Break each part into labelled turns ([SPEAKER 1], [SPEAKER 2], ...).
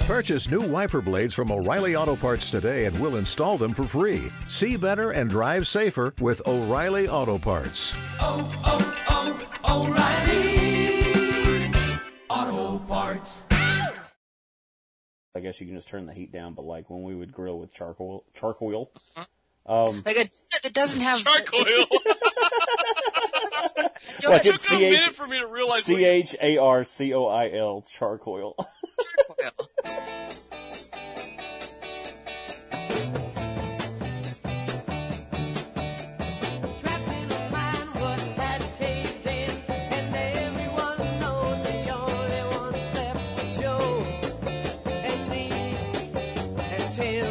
[SPEAKER 1] Purchase new wiper blades from O'Reilly Auto Parts today and we'll install them for free. See better and drive safer with O'Reilly Auto Parts.
[SPEAKER 2] oh, oh, O'Reilly Auto Parts.
[SPEAKER 3] I guess you can just turn the heat down, but like when we would grill with charcoal, charcoal, um,
[SPEAKER 4] Like a that doesn't have
[SPEAKER 5] Charcoal.
[SPEAKER 4] don't
[SPEAKER 3] Like
[SPEAKER 4] have
[SPEAKER 5] Took
[SPEAKER 3] it's-
[SPEAKER 5] a
[SPEAKER 3] CH
[SPEAKER 5] minute for me to realize.
[SPEAKER 3] C H A R C O I L, charcoal.
[SPEAKER 4] charcoal.
[SPEAKER 6] Trapped in a mind what had caved in, and everyone knows the only ones left are Joe and me and Tim.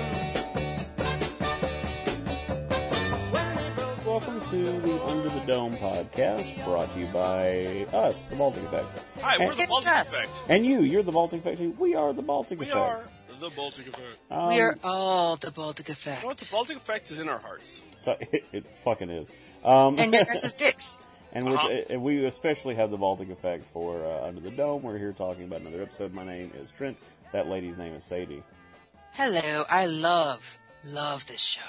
[SPEAKER 6] When they broke
[SPEAKER 3] Welcome to the Under the Dome podcast, brought to you by us, the Baltic Effect,
[SPEAKER 5] Hi, we're the
[SPEAKER 4] It's
[SPEAKER 5] Baltic
[SPEAKER 4] us.
[SPEAKER 5] Effect.
[SPEAKER 3] and you. You're the Baltic Effect. too. We are the Baltic
[SPEAKER 5] We
[SPEAKER 3] Effect.
[SPEAKER 5] are the Baltic Effect.
[SPEAKER 3] Um,
[SPEAKER 4] we are all the Baltic effect.
[SPEAKER 5] You know what? The Baltic Effect is in our hearts.
[SPEAKER 3] t- it, fucking is. Um,
[SPEAKER 4] and your guys' dicks.
[SPEAKER 3] And with,
[SPEAKER 5] Uh-huh.
[SPEAKER 3] uh, we especially have the Baltic effect for uh, Under the Dome. We're here talking about another episode. My name is Trent. That lady's name is Sadie.
[SPEAKER 4] Hello, I love, love this show.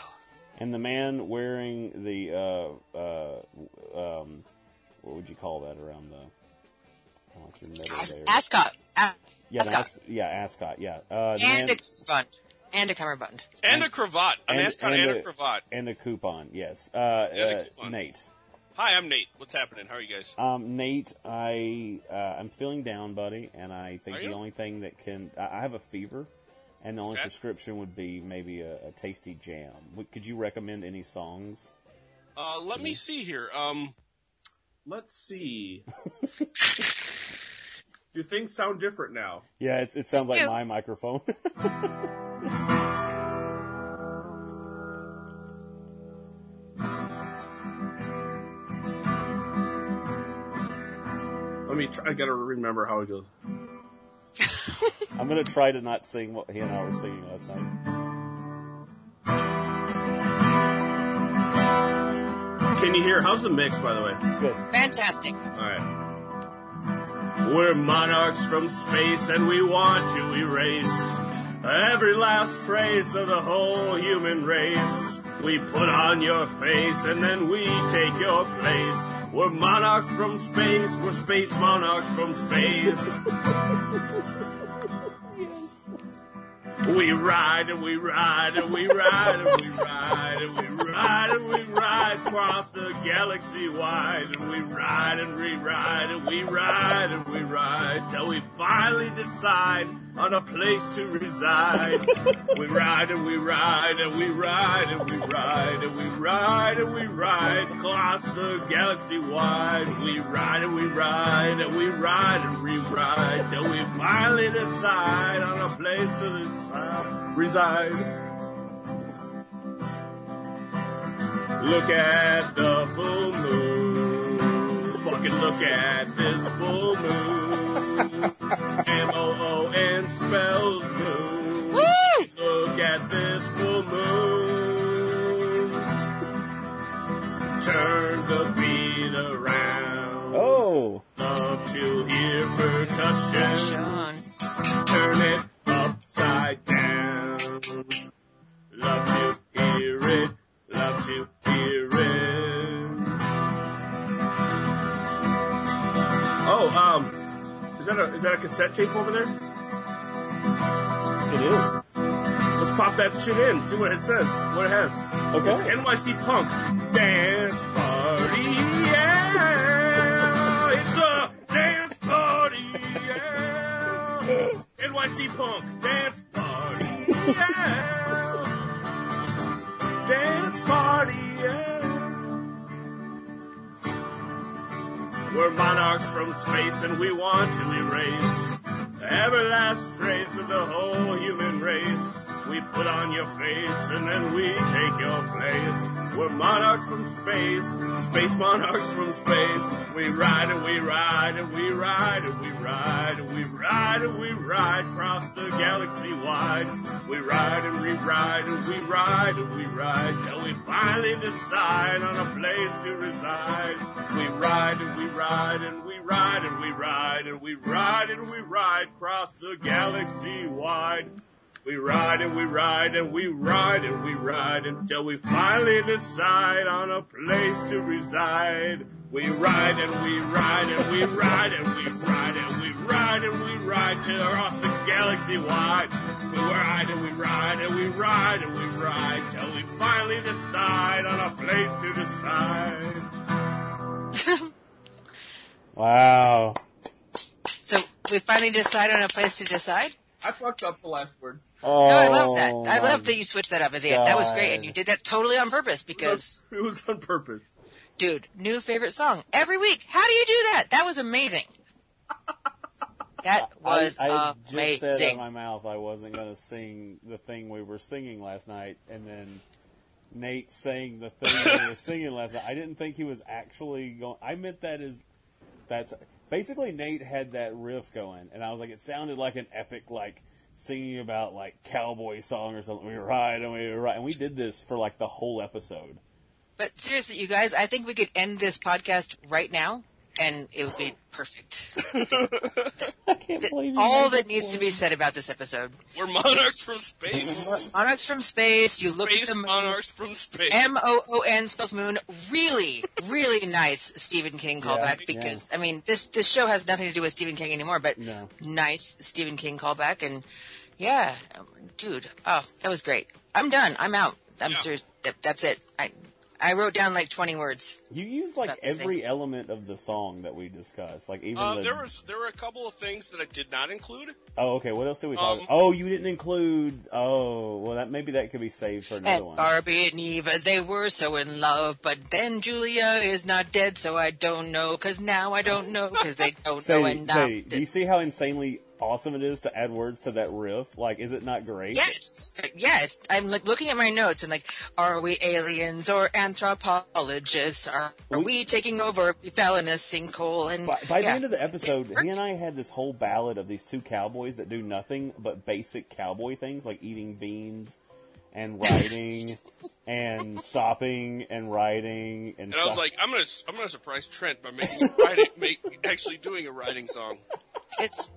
[SPEAKER 3] And the man wearing the, uh, uh, um, what would you call that around the, I like your middle
[SPEAKER 4] As-
[SPEAKER 3] there.
[SPEAKER 4] ascot. A-
[SPEAKER 3] yeah, an
[SPEAKER 4] ascot.
[SPEAKER 3] as- yeah, ascot. Yeah. Uh, the man-
[SPEAKER 4] and a cummerbund. And a cummerbund.
[SPEAKER 5] And, a cravat. An
[SPEAKER 3] and-
[SPEAKER 5] ascot and, a, cravat.
[SPEAKER 3] And a coupon. Yes. Uh,
[SPEAKER 5] And a
[SPEAKER 3] uh,
[SPEAKER 5] coupon.
[SPEAKER 3] Nate.
[SPEAKER 5] Hi, I'm Nate. What's happening? How are you guys?
[SPEAKER 3] Um, Nate, I uh, I'm feeling down, buddy, and I think
[SPEAKER 5] Are
[SPEAKER 3] the
[SPEAKER 5] you?
[SPEAKER 3] only thing that can I I have a fever, and the only
[SPEAKER 5] Okay.
[SPEAKER 3] prescription would be maybe a, a tasty jam. Would- Could you recommend any songs?
[SPEAKER 5] Uh, let me see here. Um, let's see. Do things sound different now?
[SPEAKER 3] Yeah, it, it sounds like
[SPEAKER 4] you.
[SPEAKER 3] my microphone.
[SPEAKER 5] Let me. Try, I gotta remember how it goes.
[SPEAKER 3] I'm gonna try to not sing what he and I were singing last night.
[SPEAKER 5] Can you hear? How's the mix, by the way?
[SPEAKER 3] It's good.
[SPEAKER 4] Fantastic.
[SPEAKER 5] All right. We're monarchs from space, and we want to erase every last trace of the whole human race. We put on your face, and then we take your place. We're monarchs from space. We're space monarchs from space. We ride and we ride and we ride and we ride and we ride and we ride across the galaxy wide and we ride and we ride and we ride and we ride till we finally decide on a place to reside. we ride and we ride and we ride and we ride and we ride and we ride across the galaxy wide. We ride and we ride and we ride and we ride till we finally decide on a place to decide, reside. Look at the full moon. Fucking look at this full moon. M O O N spells moon. Look at this full moon. Turn the beat around.
[SPEAKER 3] Oh,
[SPEAKER 5] Love to hear percussion.
[SPEAKER 4] Sean.
[SPEAKER 5] Turn it upside down. Love to hear it. Love to hear it. Oh, um, is that a is that a cassette tape over there?
[SPEAKER 3] it is.
[SPEAKER 5] Let's pop that shit in. See what it says. What it has.
[SPEAKER 3] Okay.
[SPEAKER 5] It's NYC Punk Dance Party. Yeah. It's a dance party. Yeah. NYC Punk Dance Party. Yeah. Dance party. Yeah. We're monarchs from space and we want to erase every last trace of the whole human race.
[SPEAKER 7] We put on your face and then we take your place. We're monarchs from space, space monarchs from space. We ride and we ride and we ride and we ride and we ride and we ride across the galaxy wide. We ride and we ride and we ride and we ride till we finally decide on a place to reside. We ride and we ride and we ride and we ride and we ride and we ride across the galaxy wide. We ride and we ride and we ride and we ride until we finally decide on a place to reside. We ride and we ride and we ride and we ride and we ride and we ride till across the galaxy wide. We ride and we ride and we ride and we ride till we finally decide on a place to decide.
[SPEAKER 3] Wow.
[SPEAKER 4] So we finally decide on a place to decide.
[SPEAKER 5] I fucked up the last word.
[SPEAKER 3] Oh,
[SPEAKER 4] no, I love that. I love that you switched that up at the end. That was great, and
[SPEAKER 3] God.
[SPEAKER 4] you did that totally on purpose because,
[SPEAKER 7] It was on purpose.
[SPEAKER 4] dude, new favorite song every week. How do you do that? That was amazing. That was
[SPEAKER 3] I, I just said out of
[SPEAKER 4] amazing.
[SPEAKER 3] my mouth I wasn't going to sing the thing we were singing last night, and then Nate sang the thing we were singing last night. I didn't think he was actually going. I meant that as that's basically Nate had that riff going, and I was like, it sounded like an epic like singing about like cowboy song or something. We ride and we ride, and we did this for like the whole episode.
[SPEAKER 4] But seriously, you guys, I think we could end this podcast right now, and it would be perfect.
[SPEAKER 3] I can't believe you
[SPEAKER 4] All
[SPEAKER 3] made
[SPEAKER 4] that
[SPEAKER 3] this
[SPEAKER 4] needs to be said about this episode.
[SPEAKER 5] We're monarchs from space.
[SPEAKER 4] Monarchs from space. You look at
[SPEAKER 5] space
[SPEAKER 4] the moon.
[SPEAKER 5] monarchs from space.
[SPEAKER 4] M O O N spells moon. Really, really nice Stephen King callback because I mean this this show has nothing to do with Stephen King anymore, but
[SPEAKER 3] No.
[SPEAKER 4] nice Stephen King callback and yeah, dude, oh that was great. I'm done. I'm out. I'm
[SPEAKER 5] Yeah.
[SPEAKER 4] serious. That, that's it. I I wrote down like 20 words.
[SPEAKER 3] You used like
[SPEAKER 4] About the same.
[SPEAKER 3] every element of the song that we discussed, like even
[SPEAKER 5] Uh,
[SPEAKER 3] the.
[SPEAKER 5] there was there were a couple of things that I did not include.
[SPEAKER 3] oh, okay. What else did we talk?
[SPEAKER 5] Um,
[SPEAKER 3] oh, you didn't include. Oh, well, that maybe that could be saved for another
[SPEAKER 4] And
[SPEAKER 3] one.
[SPEAKER 4] Barbie and Eva, they were so in love, but then Julia is not dead, so I don't know, cause now I don't know, cause they don't know,
[SPEAKER 3] Sadie,
[SPEAKER 4] and um, now
[SPEAKER 3] Sadie, do you see how insanely awesome it is to add words to that riff? Like, is it not great?
[SPEAKER 4] Yeah, it's, yeah. It's, I'm like looking at my notes and like, are we aliens or anthropologists? Are, are
[SPEAKER 3] We-
[SPEAKER 4] we, taking over? We fell in a sinkhole and
[SPEAKER 3] By, by
[SPEAKER 4] yeah.
[SPEAKER 3] the end of the episode, he and I had this whole ballad of these two cowboys that do nothing but basic cowboy things like eating beans and riding and stopping and riding and,
[SPEAKER 5] And I was
[SPEAKER 3] stop-
[SPEAKER 5] like, I'm gonna s- I'm gonna surprise Trent by making a riding, make actually doing a riding song.
[SPEAKER 4] it's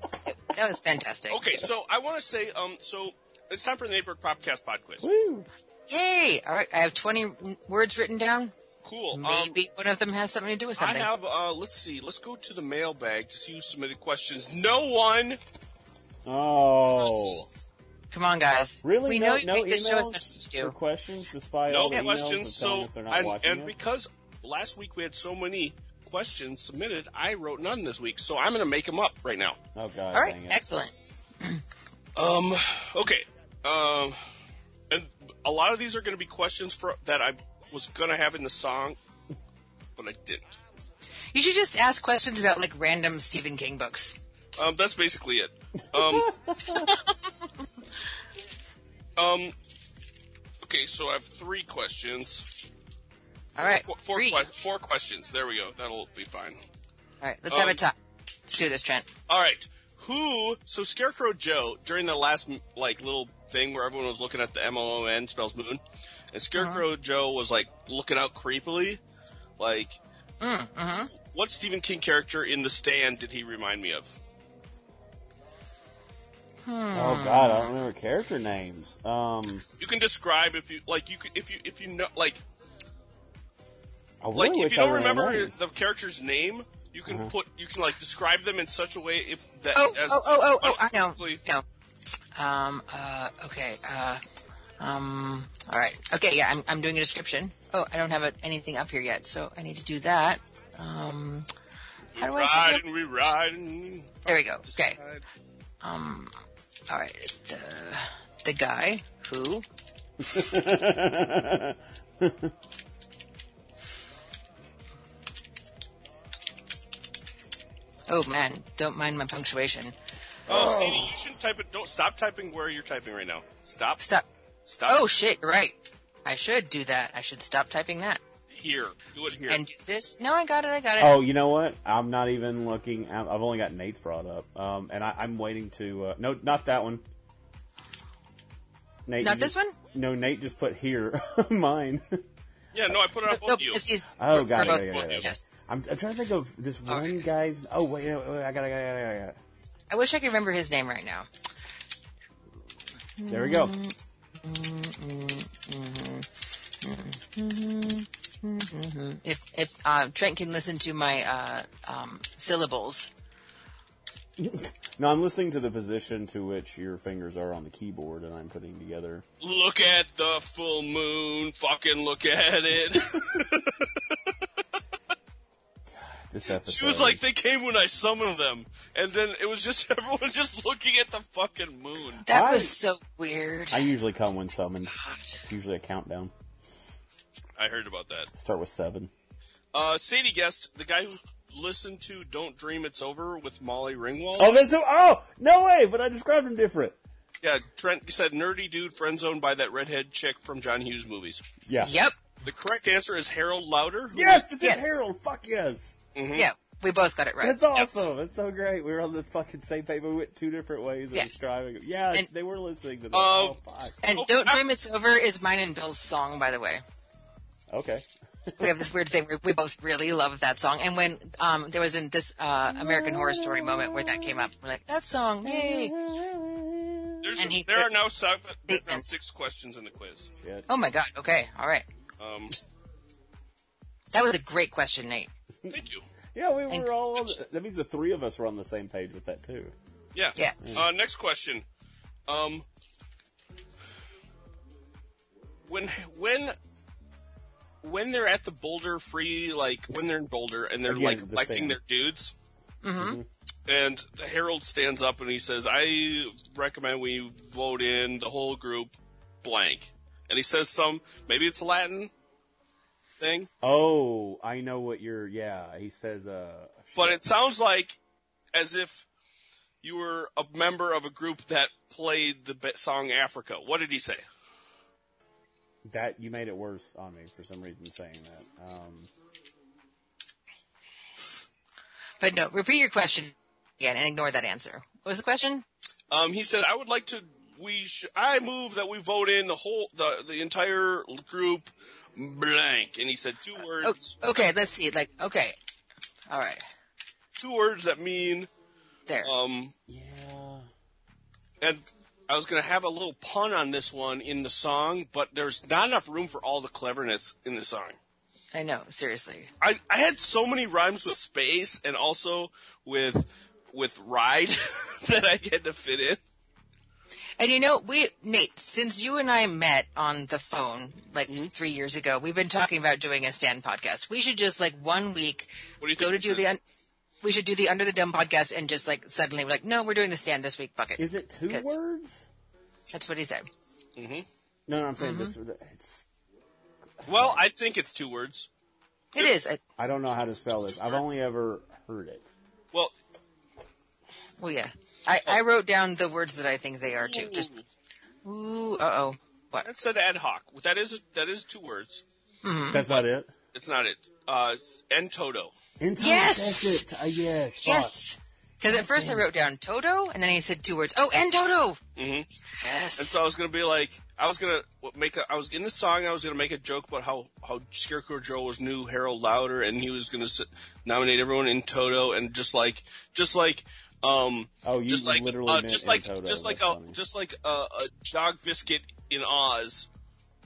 [SPEAKER 4] that was fantastic.
[SPEAKER 5] Okay, so I want to say, um, so it's time for the Neighborhood Podcast Pod Quiz.
[SPEAKER 3] Woo.
[SPEAKER 4] Yay! All right, I have 20 words written down.
[SPEAKER 5] Cool. Um,
[SPEAKER 4] Maybe one of them has something to do with something.
[SPEAKER 5] I have. Uh, let's see. Let's go to the mailbag to see who submitted questions. No one.
[SPEAKER 3] Oh.
[SPEAKER 4] Come on, guys.
[SPEAKER 3] Really?
[SPEAKER 4] We
[SPEAKER 3] no,
[SPEAKER 4] know you
[SPEAKER 3] no
[SPEAKER 4] make this
[SPEAKER 3] emails
[SPEAKER 4] show as much as you
[SPEAKER 3] or
[SPEAKER 4] do.
[SPEAKER 3] questions, despite all
[SPEAKER 5] No
[SPEAKER 3] the
[SPEAKER 5] questions.
[SPEAKER 3] emails and telling
[SPEAKER 5] So
[SPEAKER 3] us they're not
[SPEAKER 5] and,
[SPEAKER 3] watching
[SPEAKER 5] and
[SPEAKER 3] it.
[SPEAKER 5] because last week we had so many questions submitted, I wrote none this week. So I'm gonna make them up right now.
[SPEAKER 3] oh god,
[SPEAKER 4] All
[SPEAKER 3] dang
[SPEAKER 4] right,
[SPEAKER 3] it!
[SPEAKER 4] excellent.
[SPEAKER 5] Um. Okay. Um. And a lot of these are going to be questions for that I was going to have in the song, but I didn't.
[SPEAKER 4] You should just ask questions about like random Stephen King books.
[SPEAKER 5] Um. That's basically it. Um. um. Okay. So I have three questions.
[SPEAKER 4] All right,
[SPEAKER 5] Four, four,
[SPEAKER 4] three.
[SPEAKER 5] que- four questions. There we go. That'll be fine.
[SPEAKER 4] All right, let's
[SPEAKER 5] Um,
[SPEAKER 4] have a top. Let's do this, Trent.
[SPEAKER 5] All right. Who? So Scarecrow Joe during the last like little thing where everyone was looking at the M O O N spells moon, and Scarecrow
[SPEAKER 4] Uh-huh.
[SPEAKER 5] Joe was like looking out creepily, like.
[SPEAKER 4] Mm, uh-huh.
[SPEAKER 5] What Stephen King character in The Stand did he remind me of?
[SPEAKER 3] Oh god, I don't remember character names. Um,
[SPEAKER 5] You can describe if you like. You could if you if you know like
[SPEAKER 3] I really
[SPEAKER 5] like
[SPEAKER 3] wish
[SPEAKER 5] if you
[SPEAKER 3] I Uh-huh.
[SPEAKER 5] don't
[SPEAKER 3] remembered
[SPEAKER 5] remember
[SPEAKER 3] names.
[SPEAKER 5] the character's name, you can put you can like describe them in such a way if that
[SPEAKER 4] oh,
[SPEAKER 5] as
[SPEAKER 4] oh, oh, oh, oh, I know.
[SPEAKER 5] unequivocally-
[SPEAKER 4] No. Um, uh, okay, uh, um, all right. Okay, yeah, I'm, I'm doing a description. Oh, I don't have it, anything up here yet, so I need to do that. Um, how do I set
[SPEAKER 5] Ride
[SPEAKER 4] it up?
[SPEAKER 5] and we ride and
[SPEAKER 4] There we go. Okay,
[SPEAKER 5] ride.
[SPEAKER 4] all right. The, the guy who, oh man, don't mind my punctuation.
[SPEAKER 5] Oh, Sadie, you shouldn't type it. Don't stop typing where you're typing right now. Stop.
[SPEAKER 4] Stop.
[SPEAKER 5] Stop.
[SPEAKER 4] Oh shit, you're right. I should do that. I should stop typing that
[SPEAKER 5] here. Do it here.
[SPEAKER 4] and do this. No, I got it. I got it.
[SPEAKER 3] Oh, you know what? I'm not even looking. I'm- I've only got Nate's brought up, um, and I, I'm waiting to. Uh, no, not that one. Nate,
[SPEAKER 4] Not
[SPEAKER 3] you
[SPEAKER 4] this
[SPEAKER 3] just-
[SPEAKER 4] one?
[SPEAKER 3] No, Nate just put here mine.
[SPEAKER 5] yeah, no, I put it on both
[SPEAKER 4] no,
[SPEAKER 5] of you.
[SPEAKER 4] it's, it's
[SPEAKER 3] Oh,
[SPEAKER 4] for-
[SPEAKER 3] got
[SPEAKER 4] for
[SPEAKER 3] it,
[SPEAKER 4] both
[SPEAKER 3] yeah,
[SPEAKER 4] of
[SPEAKER 3] yeah,
[SPEAKER 4] us,
[SPEAKER 3] yeah.
[SPEAKER 4] Yes.
[SPEAKER 3] I'm, I'm trying to think of this one
[SPEAKER 4] Okay.
[SPEAKER 3] guy's. Oh wait, wait, wait, I got, I got, I got, I got.
[SPEAKER 4] I wish I could remember his name right now.
[SPEAKER 3] There we go.
[SPEAKER 4] If if uh, Trent can listen to my uh, um, syllables,
[SPEAKER 3] Now I'm listening to the position to which your fingers are on the keyboard, and I'm putting together.
[SPEAKER 5] Look at the full moon. Fucking look at it.
[SPEAKER 3] This episode.
[SPEAKER 5] She was like, they came when I summoned them, and then it was just everyone just looking at the fucking moon.
[SPEAKER 4] that
[SPEAKER 3] I-
[SPEAKER 4] was so weird.
[SPEAKER 3] I usually come when summoned. It's usually a countdown.
[SPEAKER 5] I heard about that.
[SPEAKER 3] Start with seven.
[SPEAKER 5] Uh, Sadie guessed the guy who listened to "Don't Dream It's Over" with Molly Ringwald.
[SPEAKER 3] Oh, that's so. Oh, no way! But I described him different.
[SPEAKER 5] Yeah, Trent said nerdy dude friend zoned by that redhead chick from John Hughes movies.
[SPEAKER 3] Yeah.
[SPEAKER 4] yep.
[SPEAKER 5] The correct answer is Harold Louder. who-
[SPEAKER 3] Yes, it's
[SPEAKER 4] Yes.
[SPEAKER 3] in Harold. Fuck yes.
[SPEAKER 4] Yeah, we both got it right.
[SPEAKER 3] That's awesome. That's so great. We were on the fucking same page. We went two different ways of
[SPEAKER 4] Yeah.
[SPEAKER 3] describing it. Yeah,
[SPEAKER 4] And-
[SPEAKER 3] they were listening to that.
[SPEAKER 5] Oh.
[SPEAKER 3] oh, fuck.
[SPEAKER 4] and
[SPEAKER 5] Oh,
[SPEAKER 4] "Don't
[SPEAKER 5] I-
[SPEAKER 4] Dream It's Over" is mine and Bill's song, by the way.
[SPEAKER 3] Okay.
[SPEAKER 4] we have this weird thing where we both really love that song. And when um, there was in this uh, American Horror Story moment where that came up, we're like, that song, yay!
[SPEAKER 5] There's,
[SPEAKER 4] And he-
[SPEAKER 5] there are now seven, now six questions in the quiz.
[SPEAKER 3] Shit.
[SPEAKER 4] Oh my god, okay, all right.
[SPEAKER 5] Um,
[SPEAKER 4] That was a great question, Nate.
[SPEAKER 5] thank you.
[SPEAKER 3] Yeah, we
[SPEAKER 4] Thank
[SPEAKER 3] were all. On the, that means the three of us were on the same page with that too.
[SPEAKER 5] Yeah.
[SPEAKER 4] Yeah.
[SPEAKER 5] Uh, next question. Um, when when when they're at the Boulder Free, like when they're in Boulder and they're
[SPEAKER 3] Again,
[SPEAKER 5] like
[SPEAKER 3] the
[SPEAKER 5] electing
[SPEAKER 3] thing. Mm-hmm.
[SPEAKER 5] their dudes,
[SPEAKER 4] Mm-hmm.
[SPEAKER 5] and the Herald stands up and he says, "I recommend we vote in the whole group blank," and he says some maybe it's Latin thing,
[SPEAKER 3] Oh, I know what you're. Yeah, he says. Uh,
[SPEAKER 5] but
[SPEAKER 3] shit.
[SPEAKER 5] it sounds like as if you were a member of a group that played the be- song Africa. What did he say?
[SPEAKER 3] that you made it worse on me for some reason saying that. Um,
[SPEAKER 4] But no, repeat your question again and ignore that answer. What was the question?
[SPEAKER 5] Um, he said, "I would like to. We sh- I move that we vote in the whole the the entire group blank." And he said two
[SPEAKER 4] Oh,
[SPEAKER 5] words,
[SPEAKER 4] okay, let's see. Like, okay, all right,
[SPEAKER 5] two words that mean
[SPEAKER 4] there.
[SPEAKER 5] um.
[SPEAKER 3] yeah.
[SPEAKER 5] And I was gonna have a little pun on this one in the song, but there's not enough room for all the cleverness in the song.
[SPEAKER 4] I know, seriously.
[SPEAKER 5] I I had so many rhymes with space and also with with ride that I had to fit in.
[SPEAKER 4] And you know, we Nate, since you and I met on the phone like
[SPEAKER 5] Mm-hmm.
[SPEAKER 4] three years ago, we've been talking about doing a stand podcast. We should just like one week
[SPEAKER 5] What do you
[SPEAKER 4] go
[SPEAKER 5] think
[SPEAKER 4] to
[SPEAKER 5] this
[SPEAKER 4] do the
[SPEAKER 5] is?
[SPEAKER 4] un- we should do the under the dumb podcast and just like suddenly we're like, no, we're doing the stand this week. Bucket.
[SPEAKER 3] Is it two
[SPEAKER 4] 'Cause-
[SPEAKER 3] words?
[SPEAKER 4] That's what he said.
[SPEAKER 3] No, no, I'm saying this.
[SPEAKER 4] Mm-hmm.
[SPEAKER 3] It's.
[SPEAKER 5] Well, I think it's two words.
[SPEAKER 4] It is. I,
[SPEAKER 3] I don't know how to spell this. I've only ever heard it.
[SPEAKER 5] Well,
[SPEAKER 4] well, yeah. I,
[SPEAKER 3] oh.
[SPEAKER 4] I wrote down the words that I think they are too. Just ooh, uh oh. What?
[SPEAKER 5] that said ad hoc. That is that is two words.
[SPEAKER 4] Mm-hmm.
[SPEAKER 3] That's not it.
[SPEAKER 5] It's not it. Uh, it's en toto.
[SPEAKER 3] Intel
[SPEAKER 4] Yes!
[SPEAKER 3] says it. Uh, yes. fuck.
[SPEAKER 4] Yes. Because at first I wrote down Toto, and then he said two words. Oh, and Toto. Mm-hmm. Yes.
[SPEAKER 5] And so I was gonna be like, I was gonna make a, I was in the song, I was gonna make a joke about how how Scarecrow Joe was new Harold Louder, and he was gonna s- nominate everyone in Toto, and just like, just like. Um,
[SPEAKER 3] Oh, you
[SPEAKER 5] just like,
[SPEAKER 3] literally
[SPEAKER 5] uh,
[SPEAKER 3] meant
[SPEAKER 5] just
[SPEAKER 3] in
[SPEAKER 5] like,
[SPEAKER 3] Toto.
[SPEAKER 5] just like
[SPEAKER 3] That's
[SPEAKER 5] a,
[SPEAKER 3] funny.
[SPEAKER 5] just like a, a dog biscuit in Oz.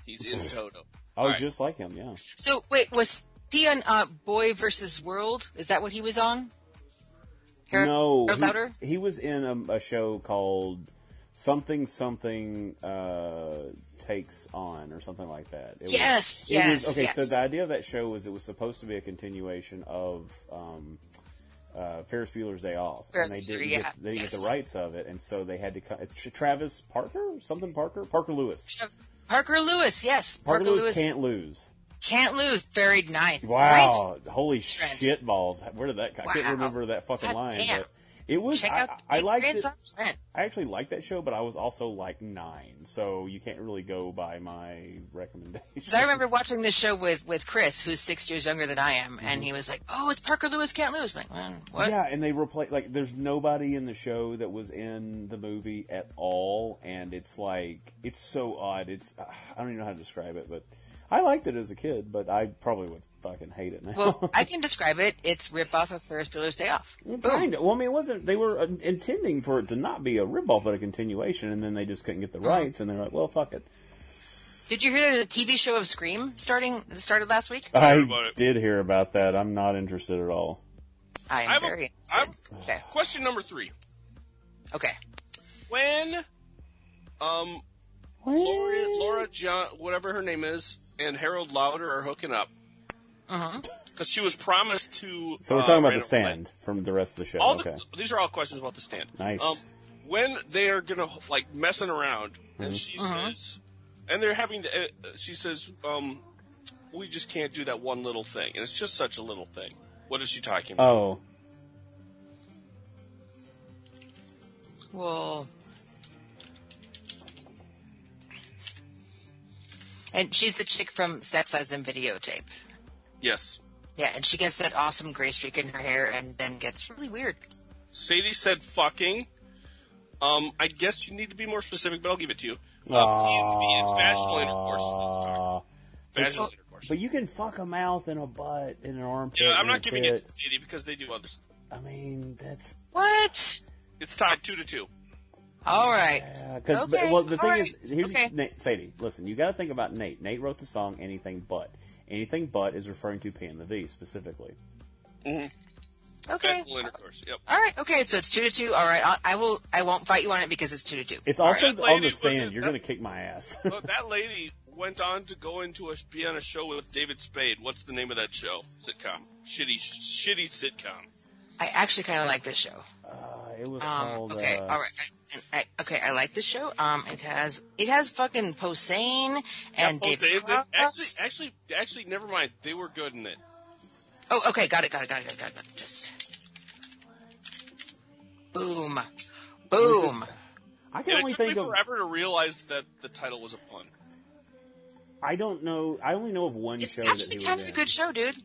[SPEAKER 5] He's in Toto.
[SPEAKER 3] Oh,
[SPEAKER 5] Alright.
[SPEAKER 3] just like him. Yeah.
[SPEAKER 4] So wait, was he on uh, Boy versus World? Is that what he was on? Harold-
[SPEAKER 3] no.
[SPEAKER 4] Harold
[SPEAKER 3] he-
[SPEAKER 4] Louder.
[SPEAKER 3] He, was in a, a show called something something uh, takes on or something like that. It was-
[SPEAKER 4] Yes,
[SPEAKER 3] it was-
[SPEAKER 4] yes,
[SPEAKER 3] okay, so
[SPEAKER 4] yes.
[SPEAKER 3] the idea of that show was it was supposed to be a continuation of. Um, uh, Ferris Bueller's Day Off,
[SPEAKER 4] Ferris
[SPEAKER 3] and they
[SPEAKER 4] Bueller,
[SPEAKER 3] didn't,
[SPEAKER 4] yeah,
[SPEAKER 3] get, they didn't get
[SPEAKER 4] yes.
[SPEAKER 3] the rights of it, and so they had to cut. it's Travis Parker, something Parker, Parker Lewis.
[SPEAKER 4] Parker Lewis. Yes,
[SPEAKER 3] Parker,
[SPEAKER 4] Parker,
[SPEAKER 3] Lewis,
[SPEAKER 4] Lewis
[SPEAKER 3] can't lose.
[SPEAKER 4] can't lose. Very nice.
[SPEAKER 3] Wow! Holy
[SPEAKER 4] Trent.
[SPEAKER 3] shit balls! Where did that? I
[SPEAKER 4] Wow.
[SPEAKER 3] can't remember that fucking
[SPEAKER 4] God
[SPEAKER 3] line.
[SPEAKER 4] damn.
[SPEAKER 3] But It was.
[SPEAKER 4] Check
[SPEAKER 3] I,
[SPEAKER 4] out.
[SPEAKER 3] I, I liked it.
[SPEAKER 4] Songs then.
[SPEAKER 3] I actually liked that show, but I was also like nine, so you can't really go by my recommendation.
[SPEAKER 4] 'Cause I remember watching this show with with Chris, who's six years younger than I am, and he was like, "Oh, it's Parker Lewis can't lose." I'm like, "Mm, what?
[SPEAKER 3] Yeah, and they replace like there's nobody in the show that was in the movie at all, and it's like it's so odd. It's uh, I don't even know how to describe it, but I liked it as a kid, but I probably would fucking hate it now.
[SPEAKER 4] Well, I can describe it. It's rip off of Ferris Bueller's Day Off.
[SPEAKER 3] kind of. Well, I mean, it wasn't. They were uh, intending for it to not be a ripoff, but a continuation, and then they just couldn't get the
[SPEAKER 4] Uh-huh.
[SPEAKER 3] rights, and they're like, "Well, fuck it."
[SPEAKER 4] Did you hear that a TV show of Scream starting started last week?
[SPEAKER 3] I
[SPEAKER 5] about it.
[SPEAKER 3] did hear about that. I'm not interested at all.
[SPEAKER 4] I
[SPEAKER 5] I
[SPEAKER 4] am
[SPEAKER 5] have a-
[SPEAKER 4] very
[SPEAKER 5] I have-
[SPEAKER 4] interested. Okay.
[SPEAKER 5] Question number three.
[SPEAKER 4] Okay.
[SPEAKER 5] When um Laura, Laura John whatever her name is and Harold Lauder are hooking up. Because she was promised to.
[SPEAKER 3] So we're talking
[SPEAKER 5] uh,
[SPEAKER 3] about the
[SPEAKER 5] Randall Flynn.
[SPEAKER 3] stand from the rest of the show.
[SPEAKER 5] All
[SPEAKER 3] okay.
[SPEAKER 5] the, these are all questions about the stand.
[SPEAKER 3] Nice.
[SPEAKER 5] Um, when they are gonna like messing around,
[SPEAKER 3] Mm-hmm.
[SPEAKER 5] and she says, and they're having the, uh, uh, she says, um, we just can't do that one little thing, and it's just such a little thing. What is she talking about?
[SPEAKER 3] oh,
[SPEAKER 4] Well. And she's the chick from Sex Lies and Videotape.
[SPEAKER 3] Oh.
[SPEAKER 5] yes.
[SPEAKER 4] Yeah, and she gets that awesome gray streak in her hair and then gets really weird.
[SPEAKER 5] Sadie said fucking. Um, I guess you need to be more specific, but I'll give it to you. Uh, P and V is vaginal intercourse.
[SPEAKER 3] Aw.
[SPEAKER 5] Vaginal intercourse.
[SPEAKER 3] but you can fuck a mouth and a butt and an armpit.
[SPEAKER 5] yeah, I'm
[SPEAKER 3] and a
[SPEAKER 5] not giving it to
[SPEAKER 3] tit.
[SPEAKER 5] Sadie because they do others.
[SPEAKER 3] I mean, that's
[SPEAKER 4] What?
[SPEAKER 5] It's tied two to two.
[SPEAKER 4] All right.
[SPEAKER 3] because
[SPEAKER 4] Okay,
[SPEAKER 3] uh, well, the
[SPEAKER 4] all
[SPEAKER 3] thing
[SPEAKER 4] right,
[SPEAKER 3] is, here's
[SPEAKER 4] okay.
[SPEAKER 3] Nate, Sadie. Listen, you got to think about Nate. Nate wrote the song "Anything But." Anything but is referring to P and the V specifically.
[SPEAKER 4] Okay.
[SPEAKER 5] Vaginal intercourse. Yep.
[SPEAKER 4] All right. Okay. So it's two to two. All right. I'll, I will. I won't fight you on it because it's two to two.
[SPEAKER 3] It's also
[SPEAKER 5] right,
[SPEAKER 3] on
[SPEAKER 5] lady,
[SPEAKER 3] the
[SPEAKER 5] was it-
[SPEAKER 3] stand. You're
[SPEAKER 5] that-
[SPEAKER 3] gonna kick my ass.
[SPEAKER 5] But that lady went on to go into a be on a show with David Spade. What's the name of that show? Sitcom. Shitty, shitty sitcom.
[SPEAKER 4] I actually kind of like this show.
[SPEAKER 3] it was
[SPEAKER 4] Um,
[SPEAKER 3] called.
[SPEAKER 4] okay.
[SPEAKER 3] uh,
[SPEAKER 4] All right. I, I, okay. I like this show. Um, it has it has fucking Posehn and
[SPEAKER 5] Oh,
[SPEAKER 4] David.
[SPEAKER 5] Zane's in-
[SPEAKER 4] Cross.
[SPEAKER 5] actually, actually, actually, never mind. They were good in it.
[SPEAKER 4] Oh, okay. Got it. Got it. Got it. Got it. Got it. Just boom, boom.
[SPEAKER 3] I can
[SPEAKER 5] And it
[SPEAKER 3] only
[SPEAKER 5] took me
[SPEAKER 3] think of.
[SPEAKER 5] forever to realize that the title was a pun.
[SPEAKER 3] I don't know. I only know of one
[SPEAKER 4] It's
[SPEAKER 3] show that he
[SPEAKER 4] actually
[SPEAKER 3] was
[SPEAKER 4] kind of
[SPEAKER 3] in.
[SPEAKER 4] a good show, dude.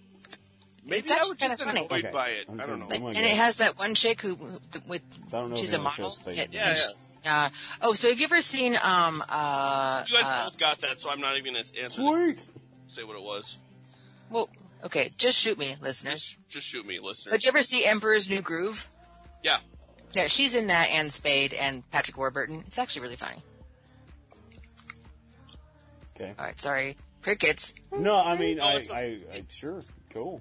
[SPEAKER 5] Maybe
[SPEAKER 4] It's
[SPEAKER 5] I
[SPEAKER 4] actually
[SPEAKER 5] was just
[SPEAKER 4] kinda funny.
[SPEAKER 5] annoyed
[SPEAKER 3] Okay.
[SPEAKER 5] by it.
[SPEAKER 3] I'm
[SPEAKER 5] I don't know.
[SPEAKER 3] sorry. Oh
[SPEAKER 4] and
[SPEAKER 3] my
[SPEAKER 4] it
[SPEAKER 3] God.
[SPEAKER 4] has that one chick who, who- with
[SPEAKER 3] So I don't know if
[SPEAKER 4] she's a
[SPEAKER 3] anyone
[SPEAKER 4] model.
[SPEAKER 3] shows Fate.
[SPEAKER 5] Yeah,
[SPEAKER 4] Uh, oh, so have you ever seen um uh
[SPEAKER 5] You guys both got that, so I'm not even gonna answer. the-
[SPEAKER 3] Squirt.
[SPEAKER 5] Say what it was.
[SPEAKER 4] well okay, just shoot me, listeners.
[SPEAKER 5] Just, just shoot me, listener.
[SPEAKER 4] But you ever see Emperor's New Groove?
[SPEAKER 5] Yeah.
[SPEAKER 4] Yeah, she's in that and Spade and Patrick Warburton. It's actually really funny.
[SPEAKER 3] Okay.
[SPEAKER 4] All right, sorry. Crickets.
[SPEAKER 3] No, I mean, I,
[SPEAKER 5] it's
[SPEAKER 3] I, I, sure, cool.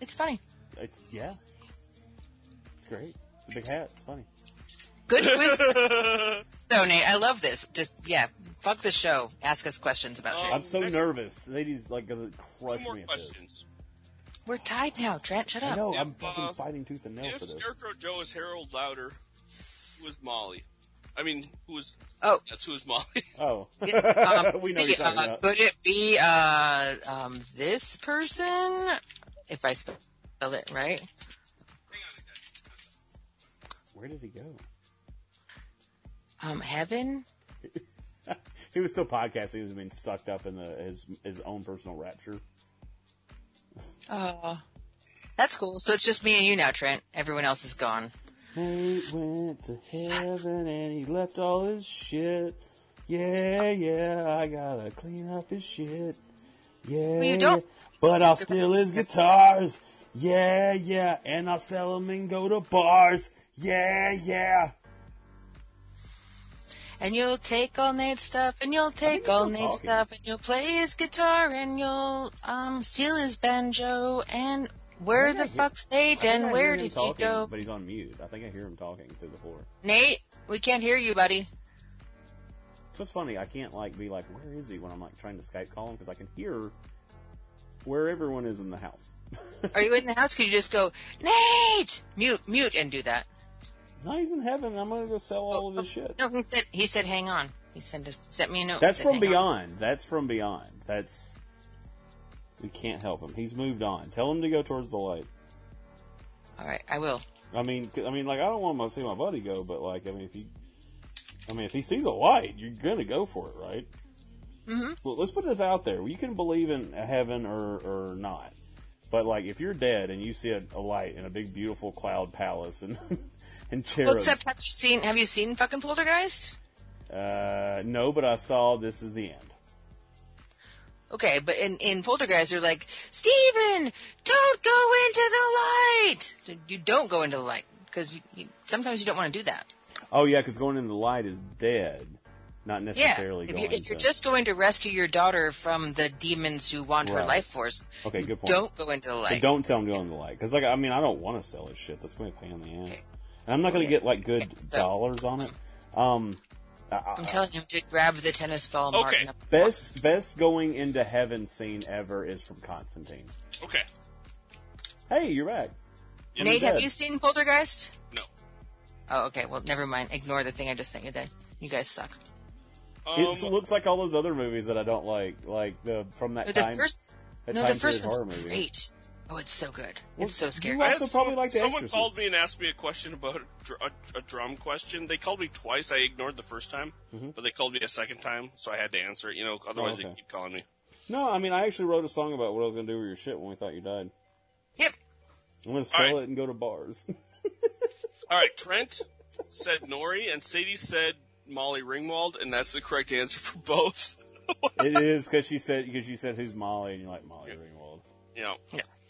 [SPEAKER 4] It's funny.
[SPEAKER 3] It's yeah, it's great. It's a big hat. It's funny.
[SPEAKER 4] Good quiz. so Nate, I love this. Just yeah, fuck the show. Ask us questions about shit.
[SPEAKER 3] Oh, I'm so
[SPEAKER 5] Next-
[SPEAKER 3] nervous. Ladies like gonna
[SPEAKER 5] Two
[SPEAKER 3] crush
[SPEAKER 5] more
[SPEAKER 3] me. at this.
[SPEAKER 5] questions.
[SPEAKER 4] We're tied now, Trent. Shut
[SPEAKER 3] I
[SPEAKER 4] up.
[SPEAKER 3] know. I'm
[SPEAKER 5] If,
[SPEAKER 3] fucking
[SPEAKER 5] uh,
[SPEAKER 3] fighting tooth and nail
[SPEAKER 5] If
[SPEAKER 3] for this.
[SPEAKER 5] Scarecrow Joe is Harold Louder, who is Molly? I mean, who is
[SPEAKER 4] Oh,
[SPEAKER 5] that's who is Molly?
[SPEAKER 3] Oh,
[SPEAKER 4] um,
[SPEAKER 3] We know
[SPEAKER 4] see,
[SPEAKER 3] who you're talking
[SPEAKER 4] uh,
[SPEAKER 3] about.
[SPEAKER 4] Could it be uh, um, this person? If I spell it right,
[SPEAKER 3] where did he go?
[SPEAKER 4] um, heaven.
[SPEAKER 3] He was still podcasting. He was being sucked up in the, his his own personal rapture.
[SPEAKER 4] Uh, That's cool. So it's just me and you now, Trent. Everyone else is gone.
[SPEAKER 3] Nate went to heaven and he left all his shit. Yeah, yeah, I gotta clean up his shit. Yeah,
[SPEAKER 4] you don't.
[SPEAKER 3] but I'll steal his guitars. Yeah, yeah, and I'll sell them and go to bars. Yeah, yeah.
[SPEAKER 4] And you'll take all Nate's stuff, and you'll take
[SPEAKER 3] he's
[SPEAKER 4] all
[SPEAKER 3] still
[SPEAKER 4] Nate's
[SPEAKER 3] talking.
[SPEAKER 4] stuff, and you'll play his guitar, and you'll um steal his banjo, and where the fuck's Nate,
[SPEAKER 3] I
[SPEAKER 4] and
[SPEAKER 3] hear
[SPEAKER 4] where
[SPEAKER 3] him
[SPEAKER 4] did he
[SPEAKER 3] talking,
[SPEAKER 4] go?
[SPEAKER 3] But he's on mute. I think I hear him talking through the floor.
[SPEAKER 4] Nate, we can't hear you, buddy.
[SPEAKER 3] So it's funny. I can't like be like, where is he when I'm like trying to Skype call him because I can hear where everyone is in the house.
[SPEAKER 4] Are you in the house? Could you just go, Nate? Mute, mute, and do that.
[SPEAKER 3] now he's in heaven. I'm gonna go sell all of his shit.
[SPEAKER 4] Oh, No, he said he said hang on. He sent us sent me a note.
[SPEAKER 3] That's
[SPEAKER 4] Said,
[SPEAKER 3] from
[SPEAKER 4] "Hang on."
[SPEAKER 3] beyond. That's from beyond. That's we can't help him. He's moved on. Tell him to go towards the light.
[SPEAKER 4] All right, I will.
[SPEAKER 3] I mean, I mean, like I don't want to see my buddy go, but like, I mean, if you, I mean, if he sees a light, you're gonna go for it, right? Mm-hmm. Well, let's put this out there: you can believe in heaven or or not, but like, if you're dead and you see a, a light in a big, beautiful cloud palace and and cherubs,
[SPEAKER 4] Well, except have you seen have you seen fucking Poltergeist?
[SPEAKER 3] uh, no, but I saw this is the end.
[SPEAKER 4] Okay, but in, in Poltergeist, they're like, Steven, don't go into the light. You don't go into the light because you, you, sometimes you don't want to do that.
[SPEAKER 3] Oh yeah, because going in the light is dead, not
[SPEAKER 4] Yeah.
[SPEAKER 3] necessarily
[SPEAKER 4] If,
[SPEAKER 3] going.
[SPEAKER 4] you, if you're
[SPEAKER 3] to-
[SPEAKER 4] just going to rescue your daughter from the demons who want her
[SPEAKER 3] Right.
[SPEAKER 4] life force,
[SPEAKER 3] Okay,
[SPEAKER 4] you
[SPEAKER 3] good point.
[SPEAKER 4] don't go into the light.
[SPEAKER 3] So don't tell him to go in the light, because like I mean I don't want to sell his shit. That's gonna be a pain in the ass, and I'm not gonna
[SPEAKER 4] Okay.
[SPEAKER 3] get like good
[SPEAKER 4] So-
[SPEAKER 3] dollars on it. Um,
[SPEAKER 4] I'm telling him to grab the tennis ball.
[SPEAKER 5] Okay.
[SPEAKER 4] Martin.
[SPEAKER 3] best best going into heaven scene ever is from Constantine.
[SPEAKER 5] Okay.
[SPEAKER 3] Hey, you're back.
[SPEAKER 4] Nate, have
[SPEAKER 3] dead.
[SPEAKER 4] you seen Poltergeist?
[SPEAKER 5] No.
[SPEAKER 4] Oh, okay. Well, never mind. Ignore the thing I just sent you. Then you guys suck.
[SPEAKER 5] Um,
[SPEAKER 3] it looks like all those other movies that I don't like, like the from that
[SPEAKER 4] But the
[SPEAKER 3] time.
[SPEAKER 4] first,
[SPEAKER 3] that
[SPEAKER 4] no,
[SPEAKER 3] time
[SPEAKER 4] the first
[SPEAKER 3] period
[SPEAKER 4] one's
[SPEAKER 3] horror movie.
[SPEAKER 4] great. Oh, it's so good.
[SPEAKER 3] Well,
[SPEAKER 4] it's so scary.
[SPEAKER 3] you
[SPEAKER 5] I
[SPEAKER 3] are-
[SPEAKER 5] had
[SPEAKER 3] also
[SPEAKER 5] some-
[SPEAKER 3] probably like The
[SPEAKER 5] someone
[SPEAKER 3] Exorcist.
[SPEAKER 5] called me and asked me a question about a, dr- a, a drum question. They called me twice. I ignored the first time, but they called me a second time, so I had to answer it. You know, otherwise
[SPEAKER 3] Mm-hmm. Oh,
[SPEAKER 5] they
[SPEAKER 3] okay.
[SPEAKER 5] keep calling me.
[SPEAKER 3] No, I mean I actually wrote a song about what I was gonna do with your shit when we thought you died.
[SPEAKER 4] Yep.
[SPEAKER 3] I'm gonna sell
[SPEAKER 5] right.
[SPEAKER 3] it and go to bars.
[SPEAKER 5] All right, Trent said Nori, and Sadie said Molly Ringwald, and that's the correct answer for both.
[SPEAKER 3] it is because she said because you said who's Molly and you're like Molly Ringwald.
[SPEAKER 5] you know,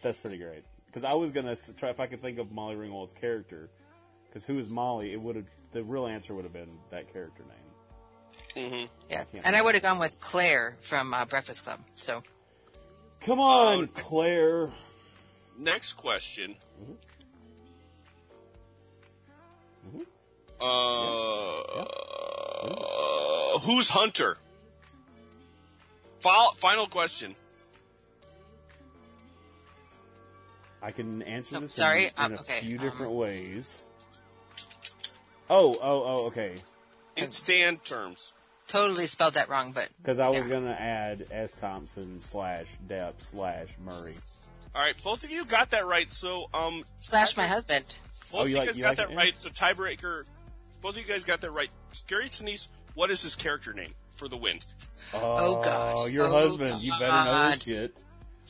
[SPEAKER 3] That's pretty great. Because I was gonna s- try if I could think of Molly Ringwald's character. Because who is Molly? It would have the real answer would have been that character name.
[SPEAKER 4] Yeah. And I would have gone with Claire from uh, Breakfast Club. So Oh,
[SPEAKER 3] Come on, Claire.
[SPEAKER 5] next question.
[SPEAKER 3] Mm-hmm.
[SPEAKER 5] Uh, who's Hunter? Fol- Final question.
[SPEAKER 3] I can answer
[SPEAKER 4] Oh,
[SPEAKER 3] this.
[SPEAKER 4] sorry.
[SPEAKER 3] in,
[SPEAKER 4] Um,
[SPEAKER 3] in a
[SPEAKER 4] okay,
[SPEAKER 3] few
[SPEAKER 4] um,
[SPEAKER 3] different ways. Oh, oh, oh, okay.
[SPEAKER 5] In stand terms.
[SPEAKER 4] totally spelled that wrong, but
[SPEAKER 3] Because I was
[SPEAKER 4] Yeah.
[SPEAKER 3] gonna add S. Thompson slash Depp slash Murray.
[SPEAKER 5] All right, both of you got that right. So, um,
[SPEAKER 4] slash my husband.
[SPEAKER 5] both
[SPEAKER 3] Oh,
[SPEAKER 5] of
[SPEAKER 3] you
[SPEAKER 5] you
[SPEAKER 3] like-
[SPEAKER 5] guys
[SPEAKER 3] you
[SPEAKER 5] got
[SPEAKER 3] like
[SPEAKER 5] that
[SPEAKER 3] it,
[SPEAKER 5] right. So tiebreaker, both of you guys got that right. Gary Sinise, what is his character name for the win?
[SPEAKER 4] Oh, God.
[SPEAKER 3] Oh, your
[SPEAKER 4] Oh,
[SPEAKER 3] husband. You better know
[SPEAKER 4] God.
[SPEAKER 3] this shit.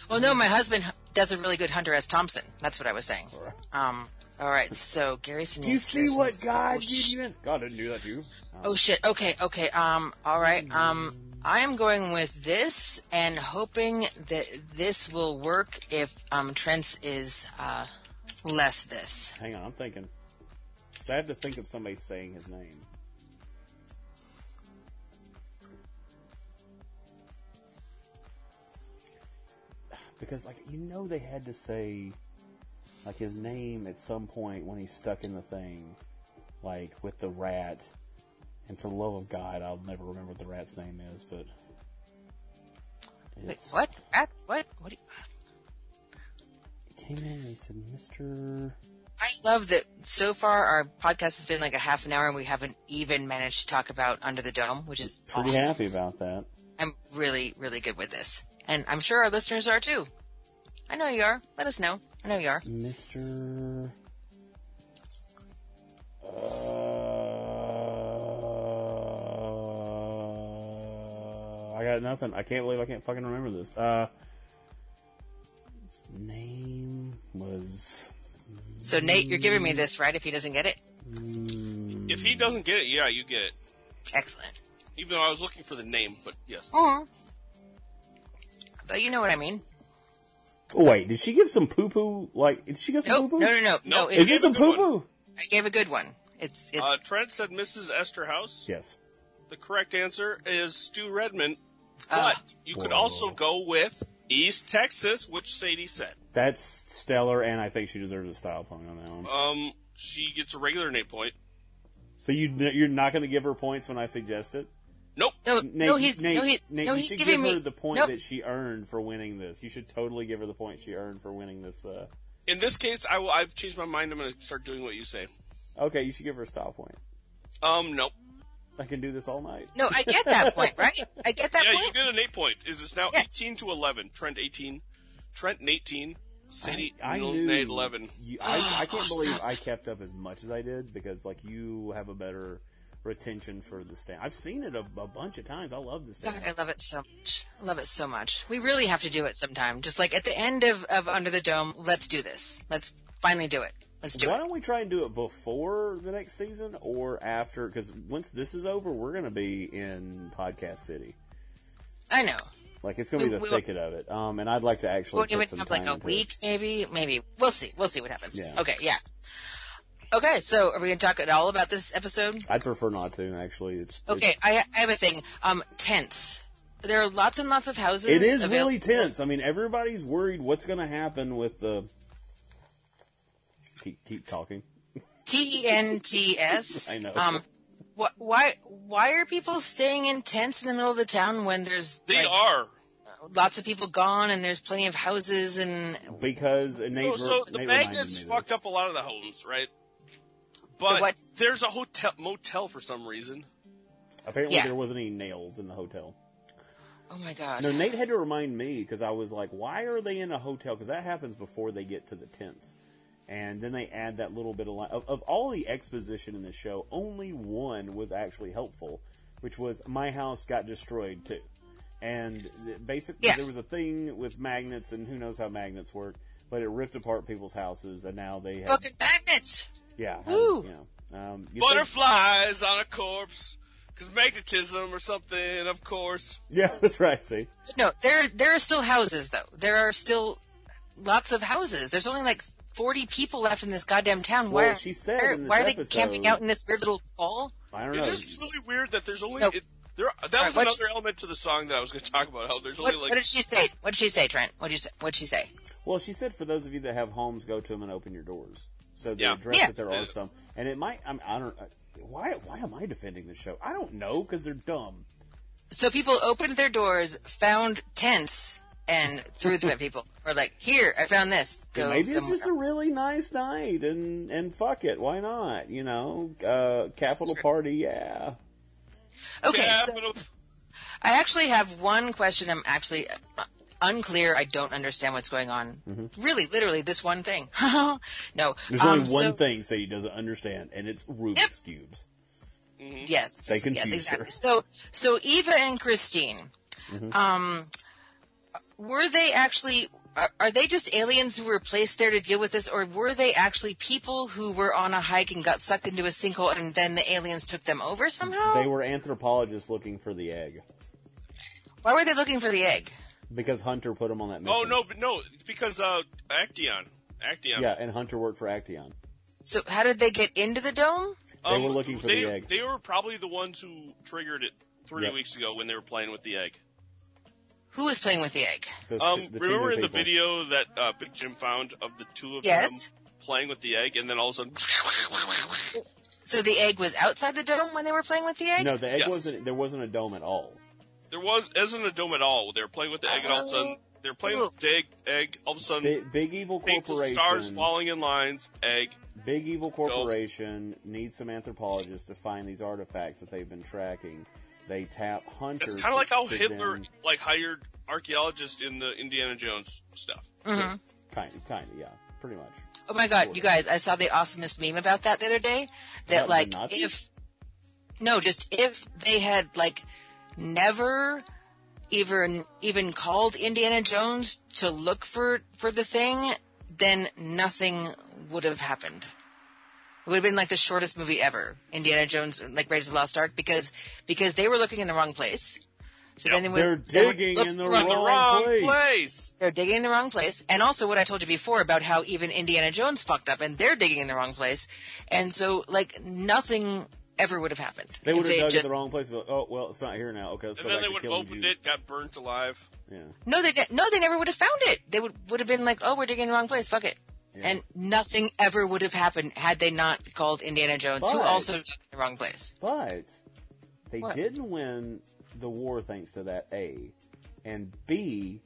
[SPEAKER 4] Well, no, my husband h- does a really good Hunter S. Thompson. That's what I was saying. Um. All right. So Gary Sinise.
[SPEAKER 3] Do you see
[SPEAKER 4] Gary
[SPEAKER 3] what
[SPEAKER 4] Sinise.
[SPEAKER 3] God
[SPEAKER 4] Oh,
[SPEAKER 3] did you in? God didn't do that to you. Uh,
[SPEAKER 4] Oh shit. Okay. Okay. Um. All right. Um. I am going with this and hoping that this will work if um Trent's is uh less this.
[SPEAKER 3] Hang on, I'm thinking. 'Cause I have to think of somebody saying his name. Because, like, you know, they had to say, like, his name at some point when he's stuck in the thing, like, with the rat. And for the love of God, I'll never remember what the rat's name is, but.
[SPEAKER 4] Wait,
[SPEAKER 3] it's-
[SPEAKER 4] what? Rat? What? What? Do you,
[SPEAKER 3] He came in and he said, Mr.
[SPEAKER 4] I love that so far our podcast has been like a half an hour and we haven't even managed to talk about Under the Dome, which is
[SPEAKER 3] Pretty
[SPEAKER 4] awesome.
[SPEAKER 3] happy about that.
[SPEAKER 4] I'm really, really good with this. And I'm sure our listeners are too. I know you are. Let us know. I know you are.
[SPEAKER 3] Mr. Uh, I got nothing. I can't believe I can't fucking remember this. Uh, his name was.
[SPEAKER 4] So Nate, you're giving me this, right? If he doesn't get it?
[SPEAKER 5] If he doesn't get it, yeah, you get it.
[SPEAKER 4] Excellent.
[SPEAKER 5] Even though I was looking for the name, but yes.
[SPEAKER 4] Mhm. But you know what I mean.
[SPEAKER 3] Oh, wait, did she give some poo poo? Like, did she give some
[SPEAKER 4] Nope.
[SPEAKER 3] poo
[SPEAKER 4] No,
[SPEAKER 3] poo?
[SPEAKER 4] no, no, no.
[SPEAKER 5] Nope.
[SPEAKER 3] Is
[SPEAKER 4] It's,
[SPEAKER 3] this some
[SPEAKER 5] Give a
[SPEAKER 3] poo
[SPEAKER 5] good one.
[SPEAKER 3] poo?
[SPEAKER 4] I gave a good one. It's it's
[SPEAKER 5] Uh, Trent said Mrs. Esterhouse.
[SPEAKER 3] Yes.
[SPEAKER 5] The correct answer is Stu Redmond.
[SPEAKER 4] Ah.
[SPEAKER 5] But you could also go with East Texas, which Sadie said.
[SPEAKER 3] That's stellar, and I think she deserves a style point on that one.
[SPEAKER 5] Um, she gets a regular Nate point.
[SPEAKER 3] so you, you're not going to give her points when I suggest it?
[SPEAKER 5] Nope.
[SPEAKER 4] no,
[SPEAKER 3] Nate,
[SPEAKER 4] no, he's
[SPEAKER 3] Nate,
[SPEAKER 4] no, he,
[SPEAKER 3] Nate,
[SPEAKER 4] no,
[SPEAKER 3] you
[SPEAKER 4] he's
[SPEAKER 3] should
[SPEAKER 4] giving
[SPEAKER 3] give her
[SPEAKER 4] me
[SPEAKER 3] the point
[SPEAKER 4] no,
[SPEAKER 3] that she earned for winning this. You should totally give her the point she earned for winning this. Uh...
[SPEAKER 5] In this case, I will, I've changed my mind. I'm going to start doing what you say.
[SPEAKER 3] Okay, you should give her a style point.
[SPEAKER 5] Um, nope.
[SPEAKER 3] I can do this all night.
[SPEAKER 4] no. I get that point, right? I get that
[SPEAKER 5] Yeah,
[SPEAKER 4] point.
[SPEAKER 5] you get an eight point. Is this now
[SPEAKER 4] Yes.
[SPEAKER 5] eighteen to eleven? Trent eighteen, Trent eighteen, City
[SPEAKER 3] I
[SPEAKER 5] Middle
[SPEAKER 3] knew.
[SPEAKER 5] Night Eleven.
[SPEAKER 3] You, I, I can't believe I kept up as much as I did because like you have a better retention for the stand. I've seen it a, a bunch of times. I love this
[SPEAKER 4] God, I
[SPEAKER 3] stand.
[SPEAKER 4] love it so much. I love it so much. We really have to do it sometime. Just like at the end of, of Under the Dome, let's do this. Let's finally do it. Let's do
[SPEAKER 3] Why
[SPEAKER 4] it.
[SPEAKER 3] don't we try and do it before the next season or after? Because once this is over, we're going to be in Podcast City.
[SPEAKER 4] I know.
[SPEAKER 3] Like it's going to be
[SPEAKER 4] We-
[SPEAKER 3] the
[SPEAKER 4] we-
[SPEAKER 3] thicket of it. Um, and I'd like to actually
[SPEAKER 4] We'll
[SPEAKER 3] put
[SPEAKER 4] give it
[SPEAKER 3] some
[SPEAKER 4] up
[SPEAKER 3] time
[SPEAKER 4] like a
[SPEAKER 3] into
[SPEAKER 4] week, maybe. Maybe. We'll see. We'll see what happens.
[SPEAKER 3] Yeah.
[SPEAKER 4] Okay, yeah. Okay, so are we going to talk at all about this episode?
[SPEAKER 3] It. I'd prefer not to actually. It's
[SPEAKER 4] Okay, I, I have a thing. Um, tents. There are lots and lots of houses.
[SPEAKER 3] It is
[SPEAKER 4] avail-
[SPEAKER 3] really tense. I mean, everybody's worried what's going to happen with the. Keep keep talking.
[SPEAKER 4] T E N T S.
[SPEAKER 3] I know.
[SPEAKER 4] Um, wh- why why are people staying in tents in the middle of the town when there's
[SPEAKER 5] They
[SPEAKER 4] like,
[SPEAKER 5] are.
[SPEAKER 4] lots of people gone and there's plenty of houses and
[SPEAKER 3] Because uh,
[SPEAKER 5] So,
[SPEAKER 3] Nate,
[SPEAKER 5] so the
[SPEAKER 3] Nate reminded
[SPEAKER 5] magnets
[SPEAKER 3] me of
[SPEAKER 5] fucked
[SPEAKER 3] this.
[SPEAKER 5] up a lot of the homes, right? But
[SPEAKER 4] what?
[SPEAKER 5] there's a hotel motel for some reason.
[SPEAKER 3] Apparently,
[SPEAKER 4] Yeah.
[SPEAKER 3] there wasn't any nails in the hotel.
[SPEAKER 4] oh my god.
[SPEAKER 3] No, Nate had to remind me because I was like, "Why are they in a hotel?" Because that happens before they get to the tents, and then they add that little bit of line. Of, of all the exposition in the show, only one was actually helpful, which was my house got destroyed too, and th- basically
[SPEAKER 4] Yeah.
[SPEAKER 3] there was a thing with magnets and who knows how magnets work, but it ripped apart people's houses, and now they have
[SPEAKER 4] Fucking magnets.
[SPEAKER 3] yeah, have-
[SPEAKER 4] Woo.
[SPEAKER 3] you know, um, you think-
[SPEAKER 5] Butterflies on a corpse, because magnetism or something, of course.
[SPEAKER 3] yeah, that's right. See,
[SPEAKER 4] No, there there are still houses though. There are still lots of houses. There's only like 40 people left in this goddamn town.
[SPEAKER 3] Well,
[SPEAKER 4] why
[SPEAKER 3] she said
[SPEAKER 4] why-
[SPEAKER 3] in this
[SPEAKER 4] why are they
[SPEAKER 3] episode-
[SPEAKER 4] camping out in this weird little hall?
[SPEAKER 3] I don't
[SPEAKER 5] It
[SPEAKER 3] know.
[SPEAKER 5] is really weird that there's only
[SPEAKER 4] Nope.
[SPEAKER 5] it, there. That was
[SPEAKER 4] what's-
[SPEAKER 5] another element to the song that I was going to talk about. How there's
[SPEAKER 4] What,
[SPEAKER 5] only
[SPEAKER 4] what
[SPEAKER 5] like
[SPEAKER 4] did she say? What did she say, Trent? What did you say? What did she say?
[SPEAKER 3] Well, she said for those of you that have homes, go to them and open your doors. So they
[SPEAKER 5] Yeah.
[SPEAKER 3] address
[SPEAKER 4] Yeah.
[SPEAKER 3] that there are
[SPEAKER 5] Yeah.
[SPEAKER 3] some, and it might. I'm, I don't. uh, Why? Why am I defending the show? I don't know because they're dumb.
[SPEAKER 4] So people opened their doors, found tents, and threw them at people. Or like, here, I found this. Go
[SPEAKER 3] Maybe it's
[SPEAKER 4] somewhere
[SPEAKER 3] just a
[SPEAKER 4] else."
[SPEAKER 3] really nice night, and and fuck it, why not? You know, uh, capital party, yeah.
[SPEAKER 4] Okay,
[SPEAKER 5] Yeah,
[SPEAKER 4] so
[SPEAKER 5] but- oh,
[SPEAKER 4] I actually have one question. I'm actually uh, unclear. I don't understand what's going on. Really, literally, this one thing. no,
[SPEAKER 3] Mm-hmm. There's
[SPEAKER 4] um,
[SPEAKER 3] only one
[SPEAKER 4] so-
[SPEAKER 3] thing Sadie doesn't understand, and it's Rubik's
[SPEAKER 4] Yep.
[SPEAKER 3] cubes.
[SPEAKER 4] Yes.
[SPEAKER 3] They confused
[SPEAKER 4] yes,
[SPEAKER 3] her.
[SPEAKER 4] exactly. So, so Eva and Christine,
[SPEAKER 3] Mm-hmm.
[SPEAKER 4] um, were they actually? Are, are they just aliens who were placed there to deal with this, or were they actually people who were on a hike and got sucked into a sinkhole, and then the aliens took them over somehow?
[SPEAKER 3] They were anthropologists looking for the egg
[SPEAKER 4] Why were they looking for the egg?
[SPEAKER 3] because Hunter put them on that mission.
[SPEAKER 5] oh no, but no, it's because uh, Acteon, Acteon.
[SPEAKER 3] Yeah, and Hunter worked for Acteon.
[SPEAKER 4] So, how did they get into the dome?
[SPEAKER 3] They were looking for
[SPEAKER 5] Um, they,
[SPEAKER 3] the egg.
[SPEAKER 5] They were probably the ones who triggered it three
[SPEAKER 3] Yep.
[SPEAKER 5] weeks ago when they were playing with the egg.
[SPEAKER 4] Who was playing with the egg?
[SPEAKER 3] Those
[SPEAKER 5] Um,
[SPEAKER 3] two- the two new
[SPEAKER 5] remember in the
[SPEAKER 3] people.
[SPEAKER 5] video that uh, Big Jim found of the two of
[SPEAKER 4] Yes.
[SPEAKER 5] them playing with the egg, and then all of a sudden,
[SPEAKER 4] So the egg was outside the dome when they were playing with the egg.
[SPEAKER 3] No, the egg
[SPEAKER 5] Yes.
[SPEAKER 3] wasn't. There wasn't a dome at all.
[SPEAKER 5] there was isn't a dome at all. They were playing with the egg, and all of a sudden they were playing with the egg. egg all of a sudden,
[SPEAKER 3] Big, big evil
[SPEAKER 5] people,
[SPEAKER 3] corporation.
[SPEAKER 5] stars falling in lines. Egg.
[SPEAKER 3] Big evil corporation needs some anthropologists to find these artifacts that they've been tracking. They tap Hunter.
[SPEAKER 5] It's kind of like how
[SPEAKER 3] to
[SPEAKER 5] Hitler
[SPEAKER 3] Them,
[SPEAKER 5] like hired archaeologists in the Indiana Jones stuff.
[SPEAKER 4] Mm-hmm.
[SPEAKER 3] kind, kind of, yeah, pretty much.
[SPEAKER 4] Oh my god, you guys, I saw the awesomest meme about that the other day. That
[SPEAKER 3] About the
[SPEAKER 4] like
[SPEAKER 3] Nazis?
[SPEAKER 4] if no, just if they had like never even even called Indiana Jones to look for for the thing, then nothing would have happened. It would have been like the shortest movie ever, Indiana Jones, like Raiders of the Lost Ark, because because they were looking in the wrong place. So then they would,
[SPEAKER 3] They're
[SPEAKER 4] they would
[SPEAKER 3] digging
[SPEAKER 4] look
[SPEAKER 3] in the
[SPEAKER 4] for
[SPEAKER 3] wrong
[SPEAKER 5] The wrong
[SPEAKER 3] place.
[SPEAKER 5] place.
[SPEAKER 4] they're digging in the wrong place. And also what I told you before about how even Indiana Jones fucked up and they're digging in the wrong place. And so like nothing ever would have happened.
[SPEAKER 3] They
[SPEAKER 4] if
[SPEAKER 3] would have dug
[SPEAKER 4] just-
[SPEAKER 3] in the wrong place. But, oh well, it's not here now. Okay, let's
[SPEAKER 5] And
[SPEAKER 3] go
[SPEAKER 5] then
[SPEAKER 3] back
[SPEAKER 5] they
[SPEAKER 3] to
[SPEAKER 5] would have
[SPEAKER 3] killing
[SPEAKER 5] opened
[SPEAKER 3] Judas.
[SPEAKER 5] it, got burnt alive.
[SPEAKER 3] Yeah,
[SPEAKER 4] No, they didn't. No, they never would have found it. They would would have been like, oh, we're digging in the wrong place. Fuck it. And nothing ever would have happened had they not called Indiana Jones, who
[SPEAKER 3] But-
[SPEAKER 4] also dug in the wrong place.
[SPEAKER 3] but they
[SPEAKER 4] What?
[SPEAKER 3] didn't win the war thanks to that. A and B.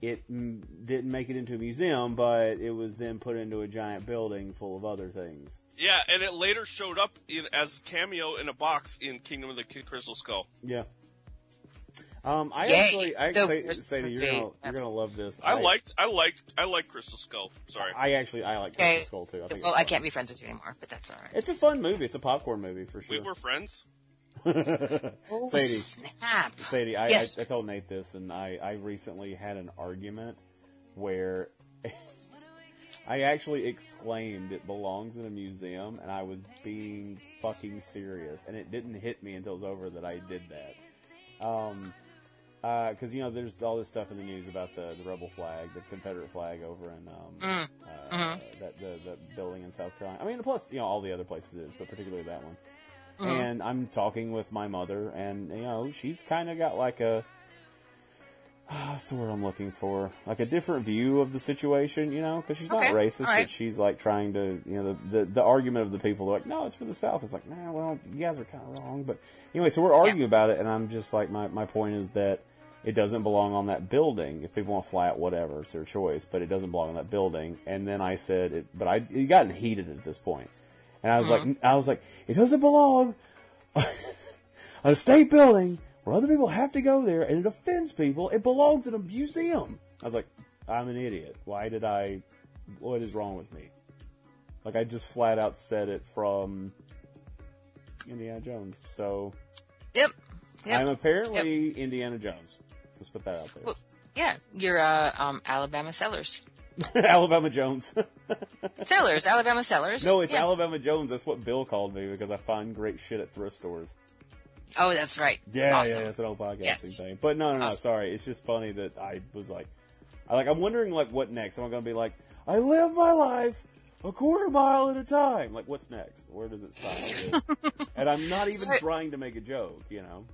[SPEAKER 3] It m- didn't make it into a museum, but it was then put into a giant building full of other things.
[SPEAKER 5] Yeah, and it later showed up in, as cameo in a box in Kingdom of the Ki- Crystal Skull.
[SPEAKER 3] Yeah. Um, I
[SPEAKER 4] Yay.
[SPEAKER 3] actually, I
[SPEAKER 4] The
[SPEAKER 3] say,
[SPEAKER 4] worst
[SPEAKER 3] Sadie, you're
[SPEAKER 4] birthday
[SPEAKER 3] gonna, you're gonna love this.
[SPEAKER 5] I liked, I liked, I like Crystal Skull. Sorry,
[SPEAKER 3] I actually, I like Crystal Skull too. I think
[SPEAKER 4] well,
[SPEAKER 3] it's
[SPEAKER 4] I
[SPEAKER 3] fun.
[SPEAKER 4] can't be friends with you anymore, but that's all right.
[SPEAKER 3] It's a fun movie. It's a popcorn movie for sure.
[SPEAKER 5] we were friends.
[SPEAKER 4] Oh,
[SPEAKER 3] Sadie,
[SPEAKER 4] snap.
[SPEAKER 3] Sadie, I,
[SPEAKER 4] Yes.
[SPEAKER 3] I, I told Nate this, and I, I recently had an argument where I actually exclaimed it belongs in a museum, and I was being fucking serious, and it didn't hit me until it was over that I did that. Um, because you know, there's all this stuff in the news about the, the rebel flag, the Confederate flag over in um, uh, that the, the building in South Carolina. I mean, plus you know all the other places it is, but particularly that one
[SPEAKER 4] Uh-huh.
[SPEAKER 3] and I'm talking with my mother, and you know, she's kind of got like a uh, what's the word I'm looking for, like a different view of the situation, you know, because she's
[SPEAKER 4] Okay,
[SPEAKER 3] not racist,
[SPEAKER 4] alright.
[SPEAKER 3] but she's like trying to, you know, the, the the argument of the people, like, no, it's for the South. It's like, nah, well, you guys are kind of wrong, but anyway, so we're arguing about it, and I'm just like, my my point is that. It doesn't belong on that building. If people want to fly it, whatever, it's their choice. But it doesn't belong on that building. And then I said, it, but I it gotten heated at this point. And I was
[SPEAKER 4] Uh-huh.
[SPEAKER 3] like, I was like, it doesn't belong on a state building where other people have to go there and it offends people. It belongs in a museum. I was like, I'm an idiot. Why did I? What is wrong with me? Like I just flat out said it from Indiana Jones. So
[SPEAKER 4] Yep. Yep.
[SPEAKER 3] I'm apparently Indiana Jones. Let's put that out there.
[SPEAKER 4] Well, yeah, you're uh, um, Alabama Sellers.
[SPEAKER 3] Alabama Jones.
[SPEAKER 4] Sellers, Alabama Sellers.
[SPEAKER 3] no, it's
[SPEAKER 4] yeah.
[SPEAKER 3] Alabama Jones. That's what Bill called me because I find great shit at thrift stores.
[SPEAKER 4] Oh, that's right.
[SPEAKER 3] Yeah,
[SPEAKER 4] awesome.
[SPEAKER 3] yeah, it's an old podcasting
[SPEAKER 4] Yes.
[SPEAKER 3] thing. But no, no, no,
[SPEAKER 4] Awesome.
[SPEAKER 3] sorry. It's just funny that I was like, I like, I'm wondering like what next. Am I going to be like, I live my life a quarter mile at a time? Like, what's next? Where does it stop? and I'm not even
[SPEAKER 4] So-
[SPEAKER 3] trying to make a joke, you know.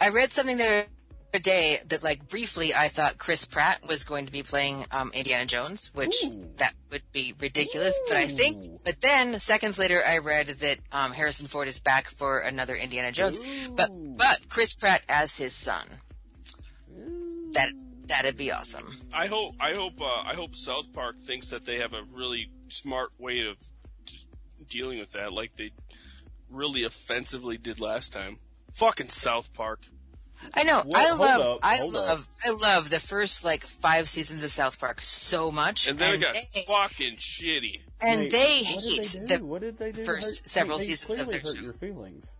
[SPEAKER 4] I read something the other day that, like, briefly, I thought Chris Pratt was going to be playing um, Indiana Jones, which that would be ridiculous. But I
[SPEAKER 3] Ooh.
[SPEAKER 4] think, but then seconds later, I read that um, Harrison Ford is back for another Indiana Jones, but but Chris Pratt as his son. That that'd be awesome.
[SPEAKER 5] I hope, I hope, uh, I hope South Park thinks that they have a really smart way of just dealing with that, like they really offensively did last time. Fucking South Park.
[SPEAKER 4] I know.
[SPEAKER 3] Whoa,
[SPEAKER 4] I
[SPEAKER 3] hold
[SPEAKER 4] love.
[SPEAKER 3] up,
[SPEAKER 4] I
[SPEAKER 3] hold
[SPEAKER 4] love. I love the first like five seasons of South Park so much,
[SPEAKER 5] And then it got
[SPEAKER 4] they,
[SPEAKER 5] fucking shitty.
[SPEAKER 4] and
[SPEAKER 3] Wait,
[SPEAKER 4] they
[SPEAKER 3] what did
[SPEAKER 4] hate
[SPEAKER 3] they do?
[SPEAKER 4] the
[SPEAKER 3] what did they do to
[SPEAKER 4] first
[SPEAKER 3] hurt-
[SPEAKER 4] several
[SPEAKER 3] they
[SPEAKER 4] seasons of
[SPEAKER 3] clearly
[SPEAKER 4] their
[SPEAKER 3] hurt
[SPEAKER 4] show.
[SPEAKER 3] your feelings.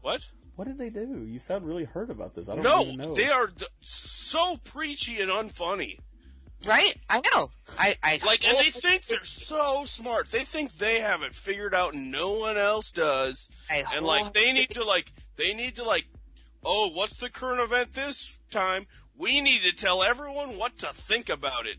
[SPEAKER 5] What?
[SPEAKER 3] What did they do? You sound really hurt about this. I don't even know.
[SPEAKER 5] No, they are d- so preachy and unfunny.
[SPEAKER 4] right. I know. I. I
[SPEAKER 5] Like, and they think they're so smart. They think they have it figured out, and no one else does.
[SPEAKER 4] I
[SPEAKER 5] and like, they need to like, they need to like, oh, what's the current event this time? We need to tell everyone what to think about it,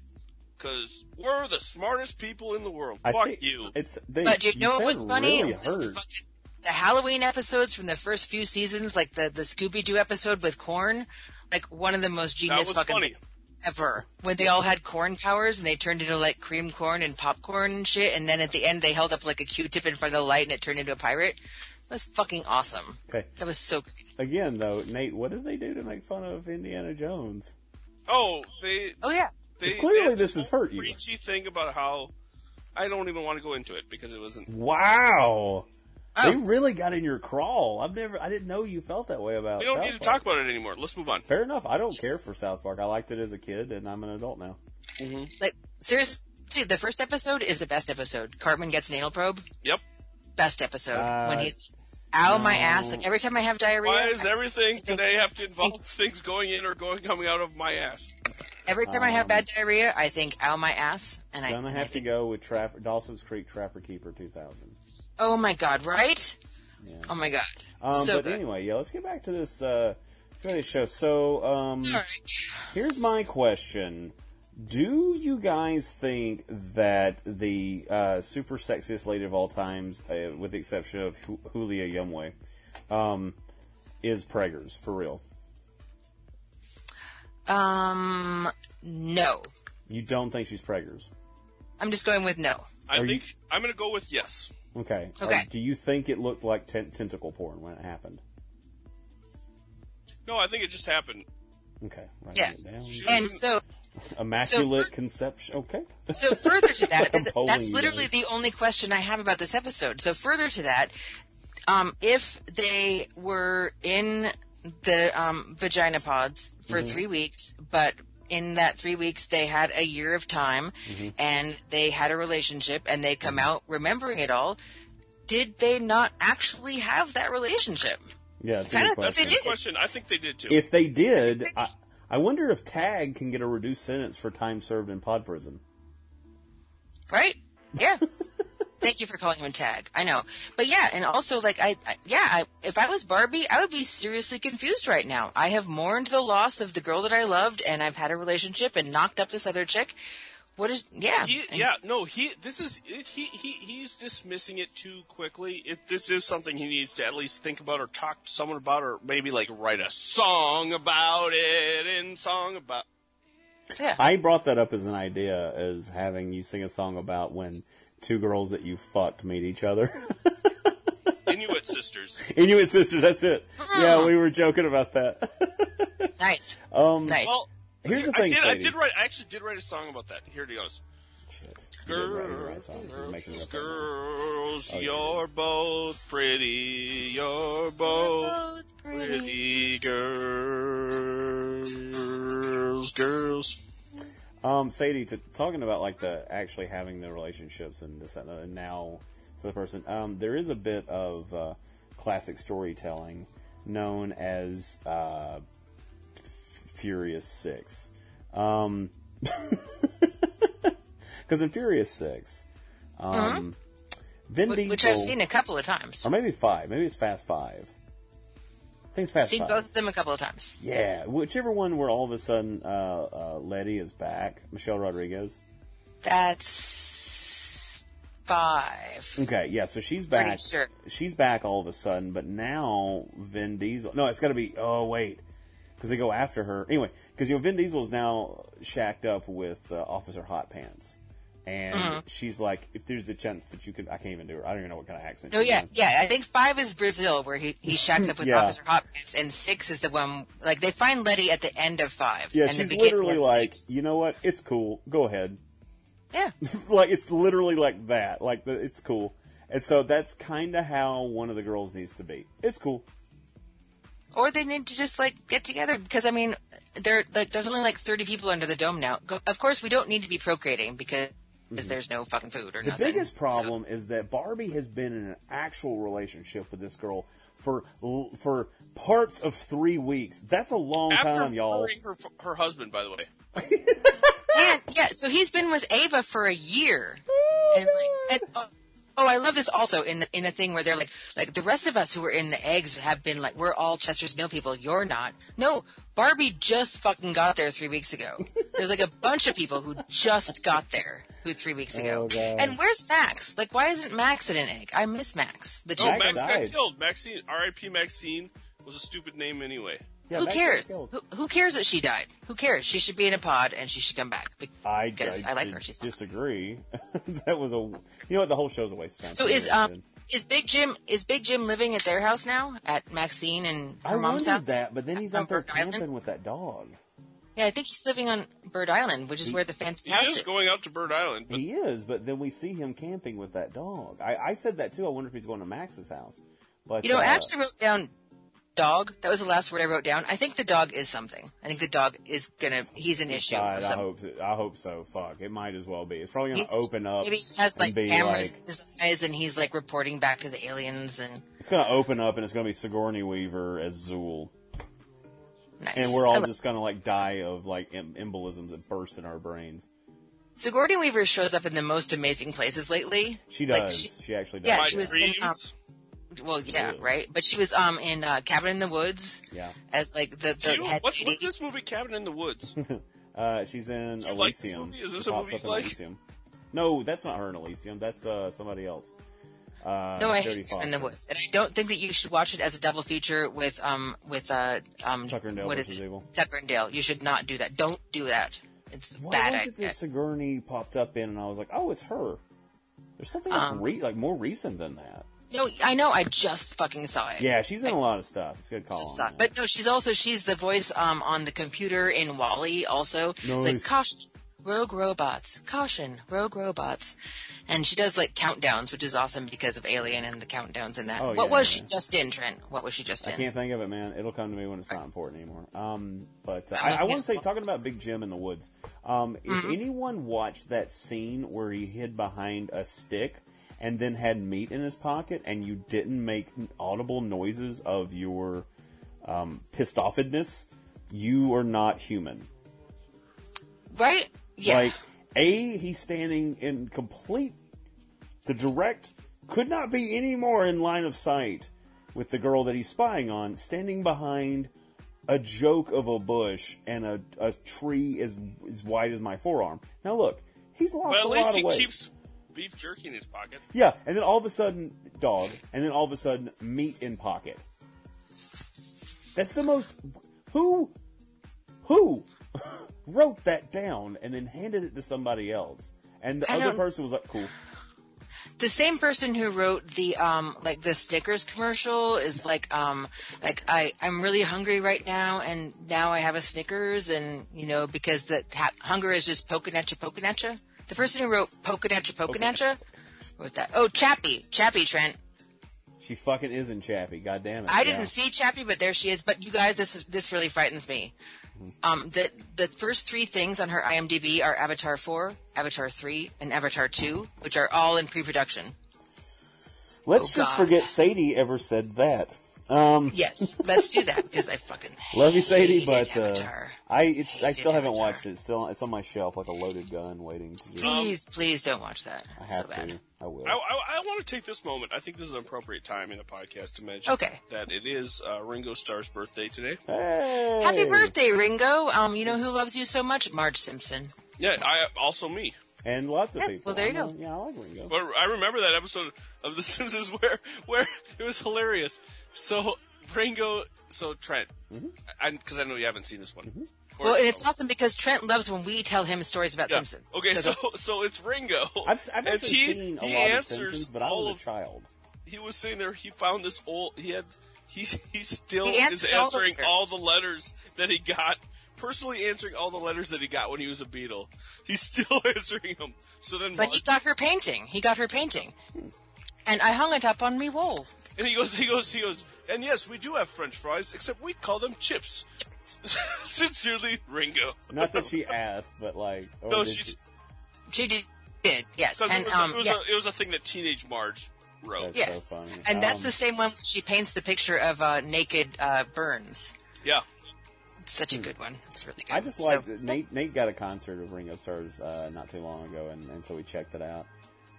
[SPEAKER 5] because we're the smartest people in the world.
[SPEAKER 3] I
[SPEAKER 5] Fuck
[SPEAKER 3] think
[SPEAKER 5] you.
[SPEAKER 3] It's they,
[SPEAKER 4] But you know
[SPEAKER 3] sound
[SPEAKER 4] what was funny?
[SPEAKER 3] Really
[SPEAKER 4] was
[SPEAKER 3] hurt.
[SPEAKER 4] fucking- the Halloween episodes from the first few seasons, like the the Scooby Doo episode with corn, like one of the most
[SPEAKER 5] That
[SPEAKER 4] genius
[SPEAKER 5] was
[SPEAKER 4] fucking
[SPEAKER 5] funny.
[SPEAKER 4] things ever. When they all had corn powers and they turned into like cream corn and popcorn and shit, and then at the end they held up like a Q-tip in front of the light and it turned into a pirate. That was fucking awesome.
[SPEAKER 3] Okay.
[SPEAKER 4] That was so great.
[SPEAKER 3] Again, though, Nate, what did they do to make fun of Indiana Jones?
[SPEAKER 5] Oh, they
[SPEAKER 4] Oh yeah.
[SPEAKER 5] they
[SPEAKER 3] Clearly
[SPEAKER 5] they had
[SPEAKER 3] this has
[SPEAKER 5] whole
[SPEAKER 3] hurt you.
[SPEAKER 5] Preachy thing about how I don't even want to go into it because it wasn't.
[SPEAKER 3] Wow. They
[SPEAKER 4] Oh.
[SPEAKER 3] really got in your crawl. I've never, I didn't know you felt that way about.
[SPEAKER 5] We don't
[SPEAKER 3] South
[SPEAKER 5] need to
[SPEAKER 3] Park.
[SPEAKER 5] talk about it anymore. Let's move on.
[SPEAKER 3] Fair enough. I don't care for South Park. I liked it as a kid, and I'm an adult now.
[SPEAKER 4] Like seriously, the first episode is the best episode. Cartman gets an anal probe.
[SPEAKER 5] Yep.
[SPEAKER 4] Best episode when
[SPEAKER 3] Uh,
[SPEAKER 4] he's ow my ass. Like every time I have diarrhea,
[SPEAKER 5] Why does everything
[SPEAKER 4] I-
[SPEAKER 5] today have to involve things going in or going coming out of my ass?
[SPEAKER 4] Every time I have bad diarrhea, I think, ow, my ass. And I,
[SPEAKER 3] Gonna
[SPEAKER 4] and I
[SPEAKER 3] Um, have to
[SPEAKER 4] think,
[SPEAKER 3] go with Trapper, Dawson's Creek Trapper Keeper 2000.
[SPEAKER 4] oh my God, right? Oh my God.
[SPEAKER 3] Um,
[SPEAKER 4] so
[SPEAKER 3] but
[SPEAKER 4] good.
[SPEAKER 3] anyway, yeah, let's get back to this. Uh, let's go to this show. So um,
[SPEAKER 4] All right.
[SPEAKER 3] here's my question: Do you guys think that the uh, super sexiest lady of all times, uh, with the exception of Ju- Julia Yumway, um, is Preggers for real?
[SPEAKER 4] Um, no.
[SPEAKER 3] You don't think she's Preggers?
[SPEAKER 4] I'm just going with no.
[SPEAKER 5] I
[SPEAKER 3] Are
[SPEAKER 5] think I'm going to go with yes.
[SPEAKER 3] Okay.
[SPEAKER 4] Okay.
[SPEAKER 3] Or do you think it looked like ten- tentacle porn when it happened?
[SPEAKER 5] No, I think it just happened.
[SPEAKER 3] Okay. Right
[SPEAKER 4] Yeah.
[SPEAKER 3] Down.
[SPEAKER 4] And so,
[SPEAKER 3] Immaculate
[SPEAKER 4] so-
[SPEAKER 3] conception. Okay.
[SPEAKER 4] so further to that,
[SPEAKER 3] I'm polling
[SPEAKER 4] that's
[SPEAKER 3] you
[SPEAKER 4] literally
[SPEAKER 3] guys.
[SPEAKER 4] the only question I have about this episode. So further to that, um, if they were in the um, vagina pods for three weeks, but in that three weeks they had a year of time and they had a relationship and they come out remembering it all. Did they not actually have that relationship?
[SPEAKER 3] Yeah, it's a
[SPEAKER 4] Kinda
[SPEAKER 3] good
[SPEAKER 4] thought
[SPEAKER 3] question.
[SPEAKER 4] they
[SPEAKER 5] That's a good
[SPEAKER 4] did.
[SPEAKER 5] question. I think they did too.
[SPEAKER 3] If they did, I, I wonder if Tag can get a reduced sentence for time served in pod prison.
[SPEAKER 4] Right? Yeah. Thank you for calling him tag. I know, but yeah, and also like I, I yeah, I, if I was Barbie, I would be seriously confused right now. I have mourned the loss of the girl that I loved, and I've had a relationship and knocked up this other chick. What is? Yeah,
[SPEAKER 5] He, yeah, no, he. This is it, he. He he's dismissing it too quickly. It, this is something he needs to at least think about, or talk to someone about, or maybe like write a song about it and song about.
[SPEAKER 4] yeah.
[SPEAKER 3] I brought that up as an idea, as having you sing a song about when two girls that you fucked meet each other.
[SPEAKER 5] Inuit sisters.
[SPEAKER 3] Inuit sisters, that's it. Yeah, we were joking about that.
[SPEAKER 4] nice,
[SPEAKER 3] Um,
[SPEAKER 4] nice.
[SPEAKER 5] Well,
[SPEAKER 3] here's the
[SPEAKER 5] I
[SPEAKER 3] thing,
[SPEAKER 5] did. I
[SPEAKER 3] Sadie.
[SPEAKER 5] did write. I actually did write a song about that. Here it goes.
[SPEAKER 3] Shit. You did write- you wrote a
[SPEAKER 5] Girls,
[SPEAKER 3] song. You're making it up right now.
[SPEAKER 5] girls,
[SPEAKER 3] Oh, yeah.
[SPEAKER 5] you're both pretty. You're both pretty girls. Girls.
[SPEAKER 3] Um, Sadie, to, talking about like the actually having the relationships and this that, and the other, and now to the person, um, there is a bit of uh, classic storytelling known as uh, F- Furious Six, because in Furious Six, um, Vin
[SPEAKER 4] Mm-hmm. Wh-
[SPEAKER 3] Diesel,
[SPEAKER 4] which I've seen a couple of times.
[SPEAKER 3] or maybe five, maybe it's Fast Five. I think it's Fast
[SPEAKER 4] Seen
[SPEAKER 3] Five.
[SPEAKER 4] both of them a couple of times.
[SPEAKER 3] Yeah, whichever one where all of a sudden uh, uh, Letty is back, Michelle Rodriguez.
[SPEAKER 4] That's five.
[SPEAKER 3] Okay, yeah, so she's back.
[SPEAKER 4] sure.
[SPEAKER 3] She's back all of a sudden, but now Vin Diesel. No, it's got to be. Oh wait, because they go after her anyway. Because you know Vin Diesel is now shacked up with uh, Officer Hot Pants, and
[SPEAKER 4] Mm-hmm.
[SPEAKER 3] she's like, "If there's a chance that you could, I can't even do her. I don't even know what kind of accent."
[SPEAKER 4] No,
[SPEAKER 3] she's
[SPEAKER 4] Oh, yeah,
[SPEAKER 3] in.
[SPEAKER 4] yeah. I think five is Brazil, where he, he shacks up with
[SPEAKER 3] Yeah.
[SPEAKER 4] Officer Hopkins, and six is the one like they find Letty at the end of five.
[SPEAKER 3] yeah.
[SPEAKER 4] and the
[SPEAKER 3] She's
[SPEAKER 4] beginning
[SPEAKER 3] literally
[SPEAKER 4] of
[SPEAKER 3] like,
[SPEAKER 4] six.
[SPEAKER 3] "You know what? It's cool. Go ahead."
[SPEAKER 4] yeah,
[SPEAKER 3] like it's literally like that. Like the, it's cool, and so that's kind of how one of the girls needs to be. It's cool.
[SPEAKER 4] or they need to just like get together because I mean, there like, there's only like 30 people under the dome now. Go- Of course, we don't need to be procreating because. because there's no fucking food or
[SPEAKER 3] Mm-hmm. The
[SPEAKER 4] nothing.
[SPEAKER 3] biggest problem is that Barbie has been in an actual relationship with this girl for l- for parts of three weeks. That's a long
[SPEAKER 5] After
[SPEAKER 3] time, y'all.
[SPEAKER 5] murdering her her husband, by the way.
[SPEAKER 4] And, yeah, so he's been with Ava for a year. And like, and, oh, oh, I love this also in the in the thing where they're like, like the rest of us who were in the eggs have been like, we're all Chester's Mill people. You're not. No, Barbie just fucking got there three weeks ago. There's like a bunch of people who just got there who three weeks ago.
[SPEAKER 3] Oh, God.
[SPEAKER 4] and where's Max? Like, why isn't Max in an egg? I miss Max. The
[SPEAKER 5] No,
[SPEAKER 4] chick
[SPEAKER 3] Oh, Max
[SPEAKER 5] Max
[SPEAKER 3] died.
[SPEAKER 5] got killed. Oh, Maxine, R.I.P. Maxine was a stupid name anyway.
[SPEAKER 3] Yeah,
[SPEAKER 4] who
[SPEAKER 3] that's
[SPEAKER 4] cares?
[SPEAKER 3] what killed-
[SPEAKER 4] Who, who cares that she died? Who cares? She should be in a pod and she should come back.
[SPEAKER 3] I,
[SPEAKER 4] Because I, like her. She's fun.
[SPEAKER 3] disagree. that was a you know what the whole show's a waste of time.
[SPEAKER 4] So is um is Big Jim is Big Jim living at their house now at Maxine and
[SPEAKER 3] I
[SPEAKER 4] her mom's
[SPEAKER 3] wondered
[SPEAKER 4] house?
[SPEAKER 3] that, but then he's
[SPEAKER 4] on
[SPEAKER 3] out there
[SPEAKER 4] Bird Island?
[SPEAKER 3] camping with that dog.
[SPEAKER 4] Yeah, I think he's living on Bird Island, which is where the fancy
[SPEAKER 5] He
[SPEAKER 4] house
[SPEAKER 5] is
[SPEAKER 4] is.
[SPEAKER 5] going out to Bird Island, but
[SPEAKER 3] He is, but then we see him camping with that dog. I, I said that too. I wonder if he's going to Max's house. But
[SPEAKER 4] You know,
[SPEAKER 3] uh,
[SPEAKER 4] I actually wrote down dog. That was the last word I wrote down. I think the dog is something. I think the dog is gonna. He's an issue.
[SPEAKER 3] Oh, God,
[SPEAKER 4] or
[SPEAKER 3] I
[SPEAKER 4] something.
[SPEAKER 3] hope I hope so. Fuck, it might as well be. It's probably going
[SPEAKER 4] He's-
[SPEAKER 3] to open up.
[SPEAKER 4] Maybe he has like
[SPEAKER 3] and be
[SPEAKER 4] cameras
[SPEAKER 3] like-
[SPEAKER 4] in his eyes, and he's like reporting back to the aliens and
[SPEAKER 3] it's going to open up, and it's going to be Sigourney Weaver as Zool,
[SPEAKER 4] nice.
[SPEAKER 3] and we're
[SPEAKER 4] I
[SPEAKER 3] all
[SPEAKER 4] love-
[SPEAKER 3] just going to like die of like em- embolisms that burst in our brains.
[SPEAKER 4] So Gordon Weaver shows up in the most amazing places lately.
[SPEAKER 3] She does.
[SPEAKER 4] Like,
[SPEAKER 3] she,
[SPEAKER 4] she-
[SPEAKER 3] actually
[SPEAKER 4] yeah,
[SPEAKER 3] does.
[SPEAKER 4] she was in, um,
[SPEAKER 5] dreams.
[SPEAKER 4] well, yeah,
[SPEAKER 3] Ew.
[SPEAKER 4] right. But she was um in uh, Cabin in the Woods.
[SPEAKER 3] Yeah.
[SPEAKER 4] as like the, the
[SPEAKER 5] You-
[SPEAKER 4] head
[SPEAKER 5] what's,
[SPEAKER 4] lady.
[SPEAKER 5] what's this movie, Cabin in the Woods?
[SPEAKER 3] Uh, she's in
[SPEAKER 5] you like this
[SPEAKER 3] Elysium.
[SPEAKER 5] movie? Is this
[SPEAKER 3] She
[SPEAKER 5] a
[SPEAKER 3] pops
[SPEAKER 5] movie
[SPEAKER 3] up in
[SPEAKER 5] you like?
[SPEAKER 3] Elysium. No, that's not her in Elysium. That's uh, somebody else. Uh,
[SPEAKER 4] no, I
[SPEAKER 3] Jodie
[SPEAKER 4] hate Cabin in the
[SPEAKER 3] Foster.
[SPEAKER 4] Woods, and I don't think that you should watch it as a double feature with um with uh um
[SPEAKER 3] Tucker and Dale
[SPEAKER 4] what
[SPEAKER 3] versus
[SPEAKER 4] is it?
[SPEAKER 3] Evil.
[SPEAKER 4] Tucker and Dale. You should not do that. Don't do that. It's
[SPEAKER 3] What
[SPEAKER 4] bad.
[SPEAKER 3] was it
[SPEAKER 4] idea.
[SPEAKER 3] that Sigourney popped up in, and I was like, oh, it's her. There's something that's
[SPEAKER 4] Um,
[SPEAKER 3] re- like more recent than that.
[SPEAKER 4] No, I know. I just fucking saw it.
[SPEAKER 3] Yeah, she's in a lot of stuff. It's a good call.
[SPEAKER 4] Just
[SPEAKER 3] on
[SPEAKER 4] saw
[SPEAKER 3] that.
[SPEAKER 4] it. But no, she's also she's the voice um on the computer in Wally. Also, it's like
[SPEAKER 3] Nice.
[SPEAKER 4] caution, Rogue Robots. Caution, Rogue Robots. And she does like countdowns, which is awesome because of Alien and the countdowns in that.
[SPEAKER 3] Oh,
[SPEAKER 4] what
[SPEAKER 3] yeah,
[SPEAKER 4] was
[SPEAKER 3] yeah.
[SPEAKER 4] she just in, Trent? What was she just
[SPEAKER 3] I
[SPEAKER 4] in?
[SPEAKER 3] can't think of it, man. It'll come to me when it's not important anymore. Um, but uh, I,
[SPEAKER 4] I'm looking
[SPEAKER 3] I
[SPEAKER 4] at
[SPEAKER 3] want to
[SPEAKER 4] the
[SPEAKER 3] say,
[SPEAKER 4] book.
[SPEAKER 3] talking about Big Jim in the woods, um, if anyone watched that scene where he hid behind a stick and then had meat in his pocket, and you didn't make audible noises of your um, pissed offedness, you are not human.
[SPEAKER 4] Right? Yeah.
[SPEAKER 3] Like, A, he's standing in complete, the direct, could not be any more in line of sight with the girl that he's spying on, standing behind a joke of a bush and a, a tree as, as wide as my forearm. Now look, he's lost
[SPEAKER 5] But at
[SPEAKER 3] a
[SPEAKER 5] least
[SPEAKER 3] lot
[SPEAKER 5] he
[SPEAKER 3] of weight.
[SPEAKER 5] keeps beef jerky in his pocket.
[SPEAKER 3] yeah, and then all of a sudden, dog, and then all of a sudden, meat in pocket. That's the most, who, who wrote that down and then handed it to somebody else? And the
[SPEAKER 4] I
[SPEAKER 3] other
[SPEAKER 4] don't-
[SPEAKER 3] person was like, cool.
[SPEAKER 4] the same person who wrote the um like the Snickers commercial is like um like I I'm really hungry right now and now I have a Snickers and you know because the ha- hunger is just poking at you poking at you. The person who wrote poking at you poking at you wrote that. Oh, Chappie, Chappie Trent.
[SPEAKER 3] She fucking isn't Chappie. God damn it.
[SPEAKER 4] I
[SPEAKER 3] Yeah.
[SPEAKER 4] didn't see Chappie, but there she is. But you guys, this is this really frightens me. Um, the the first three things on her IMDb are Avatar four, Avatar three, and Avatar two, which are all in pre-production.
[SPEAKER 3] Let's
[SPEAKER 4] Oh,
[SPEAKER 3] just
[SPEAKER 4] God.
[SPEAKER 3] forget Sadie ever said that. Um,
[SPEAKER 4] Yes, let's do that because I fucking
[SPEAKER 3] love you, Sadie,
[SPEAKER 4] hated
[SPEAKER 3] but uh,
[SPEAKER 4] Avatar.
[SPEAKER 3] I it's I still haven't
[SPEAKER 4] Avatar.
[SPEAKER 3] watched it. It's still it's on my shelf like a loaded gun, waiting to. Just,
[SPEAKER 4] please, please don't watch that.
[SPEAKER 3] I
[SPEAKER 4] so
[SPEAKER 3] have
[SPEAKER 4] bad.
[SPEAKER 3] to. I will.
[SPEAKER 5] I, want to take this moment. I think this is an appropriate time in the podcast to mention
[SPEAKER 4] Okay.
[SPEAKER 5] that it is uh, Ringo Starr's birthday today.
[SPEAKER 3] Hey!
[SPEAKER 4] Happy birthday, Ringo. Um, you know who loves you so much? Marge Simpson.
[SPEAKER 5] Yeah, I also me.
[SPEAKER 3] And lots of
[SPEAKER 4] Yeah,
[SPEAKER 3] people.
[SPEAKER 4] well, there you
[SPEAKER 3] I'm a-
[SPEAKER 4] go.
[SPEAKER 3] yeah, I like Ringo.
[SPEAKER 5] But I remember that episode of The Simpsons where where it was hilarious. So Ringo, so Trent,
[SPEAKER 3] Mm-hmm.
[SPEAKER 5] because I, know you haven't seen this one. Or-
[SPEAKER 4] Well, and it's awesome because Trent loves when we tell him stories about
[SPEAKER 5] Yeah.
[SPEAKER 4] Simpson.
[SPEAKER 5] Okay, so
[SPEAKER 4] So
[SPEAKER 5] so it's Ringo.
[SPEAKER 3] I've, s- I've
[SPEAKER 5] and
[SPEAKER 3] actually
[SPEAKER 5] he,
[SPEAKER 3] seen a
[SPEAKER 5] he
[SPEAKER 3] lot of
[SPEAKER 5] answers
[SPEAKER 3] Simpsons, but I
[SPEAKER 5] all
[SPEAKER 3] was
[SPEAKER 5] of
[SPEAKER 3] a child.
[SPEAKER 5] he was sitting there. He found this old. He had. He he still
[SPEAKER 4] He answers
[SPEAKER 5] is
[SPEAKER 4] all
[SPEAKER 5] answering
[SPEAKER 4] those
[SPEAKER 5] all the letters that he got. Personally answering all the letters that he got when he was a Beatle. He's still answering them. So then,
[SPEAKER 4] But
[SPEAKER 5] Marge,
[SPEAKER 4] he got her painting. He got her painting. And I hung it up on me wall.
[SPEAKER 5] and he goes, he goes, he goes. And yes, we do have French fries, except we call them chips. Sincerely, Ringo.
[SPEAKER 3] Not that she asked, but like, oh,
[SPEAKER 5] No,
[SPEAKER 3] did
[SPEAKER 5] she's
[SPEAKER 3] she-
[SPEAKER 4] She did, did yes.
[SPEAKER 5] because
[SPEAKER 4] And
[SPEAKER 5] it, was,
[SPEAKER 4] um,
[SPEAKER 5] a, it, was
[SPEAKER 4] yeah.
[SPEAKER 5] a, it was a thing that teenage Marge wrote.
[SPEAKER 3] That's
[SPEAKER 4] yeah.
[SPEAKER 3] so funny.
[SPEAKER 4] and that's
[SPEAKER 3] Um,
[SPEAKER 4] the same one she paints the picture of uh, naked uh, Burns.
[SPEAKER 5] Yeah.
[SPEAKER 4] It's such a good one. It's really good.
[SPEAKER 3] hmm. I just
[SPEAKER 4] So-
[SPEAKER 3] liked that Nate. Nate got a concert of Ringo Starr's uh, not too long ago, and, and so we checked it out.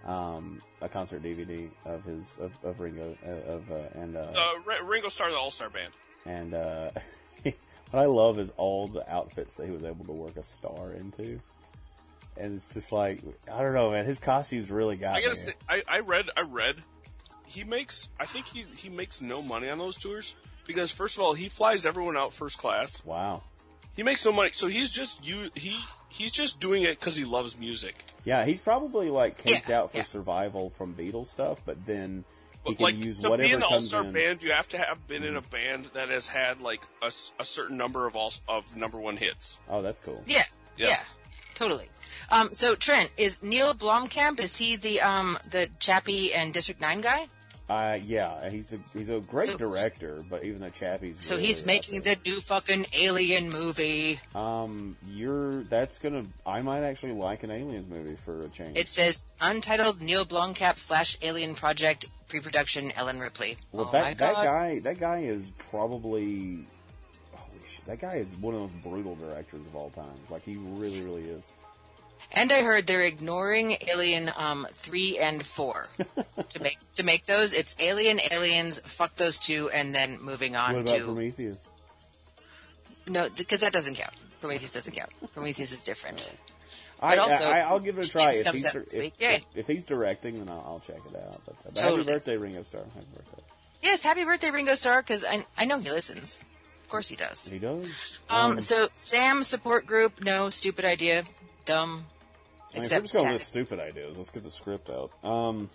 [SPEAKER 3] Um, a concert DVD of his of, of Ringo uh, of uh, and uh,
[SPEAKER 5] Uh, R- Ringo Starr, the All Star Band.
[SPEAKER 3] and uh, what I love is all the outfits that he was able to work a star into, and it's just like I don't know, man. His costumes really got
[SPEAKER 5] I
[SPEAKER 3] me.
[SPEAKER 5] gotta say, I, I read, I read. He makes, I think he he makes no money on those tours because first of all, he flies everyone out first class.
[SPEAKER 3] wow.
[SPEAKER 5] He makes no money, so he's just you. He he's just doing it because he loves music.
[SPEAKER 3] Yeah, he's probably like caked
[SPEAKER 4] Yeah,
[SPEAKER 3] out for
[SPEAKER 4] yeah.
[SPEAKER 3] survival from Beatles stuff, but then he
[SPEAKER 5] But
[SPEAKER 3] can
[SPEAKER 5] like
[SPEAKER 3] use
[SPEAKER 5] to
[SPEAKER 3] whatever
[SPEAKER 5] be an all
[SPEAKER 3] comes
[SPEAKER 5] star
[SPEAKER 3] in. Mm-hmm.
[SPEAKER 5] band, you have to have been in a band that has had like a, s- a certain number of all of number one hits.
[SPEAKER 3] Oh, that's cool.
[SPEAKER 4] Yeah,
[SPEAKER 5] Yeah.
[SPEAKER 4] yeah, totally. Um, so Trent is Neil Blomkamp. Is he the um the Chappie and District Nine guy?
[SPEAKER 3] Uh, yeah, he's a he's a great
[SPEAKER 4] So-
[SPEAKER 3] director, but even though Chappie's
[SPEAKER 4] So
[SPEAKER 3] really
[SPEAKER 4] he's
[SPEAKER 3] out
[SPEAKER 4] making
[SPEAKER 3] there.
[SPEAKER 4] the new fucking Alien movie.
[SPEAKER 3] um, you're that's gonna I might actually like an Aliens movie for a change.
[SPEAKER 4] It says untitled Neil Blomkamp slash Alien Project pre-production Ellen Ripley.
[SPEAKER 3] well,
[SPEAKER 4] oh
[SPEAKER 3] that
[SPEAKER 4] my
[SPEAKER 3] that
[SPEAKER 4] God.
[SPEAKER 3] guy that guy is probably holy shit, that guy is one of the most brutal directors of all time. Like he really really is.
[SPEAKER 4] And I heard they're ignoring Alien um three and four to make to make those. It's Alien, Aliens, fuck those two, and then moving on
[SPEAKER 3] What about
[SPEAKER 4] to
[SPEAKER 3] Prometheus?
[SPEAKER 4] no because that doesn't count. Prometheus doesn't count. Prometheus is different.
[SPEAKER 3] I,
[SPEAKER 4] also,
[SPEAKER 3] I, I'll give it a try.
[SPEAKER 4] James
[SPEAKER 3] If
[SPEAKER 4] comes
[SPEAKER 3] he's,
[SPEAKER 4] out
[SPEAKER 3] dir-
[SPEAKER 4] this
[SPEAKER 3] if,
[SPEAKER 4] week. Yay.
[SPEAKER 3] if- if he's directing, then I'll, I'll check it out. But, but
[SPEAKER 4] Totally.
[SPEAKER 3] happy birthday, Ringo Starr! Happy birthday.
[SPEAKER 4] Yes, happy birthday, Ringo Starr, because I, I know he listens. Of course he does.
[SPEAKER 3] He does.
[SPEAKER 4] Um, so Sam support group, no stupid idea, dumb.
[SPEAKER 3] I mean, if we're
[SPEAKER 4] except
[SPEAKER 3] just going
[SPEAKER 4] tech.
[SPEAKER 3] with stupid ideas. Let's get the script out. Um,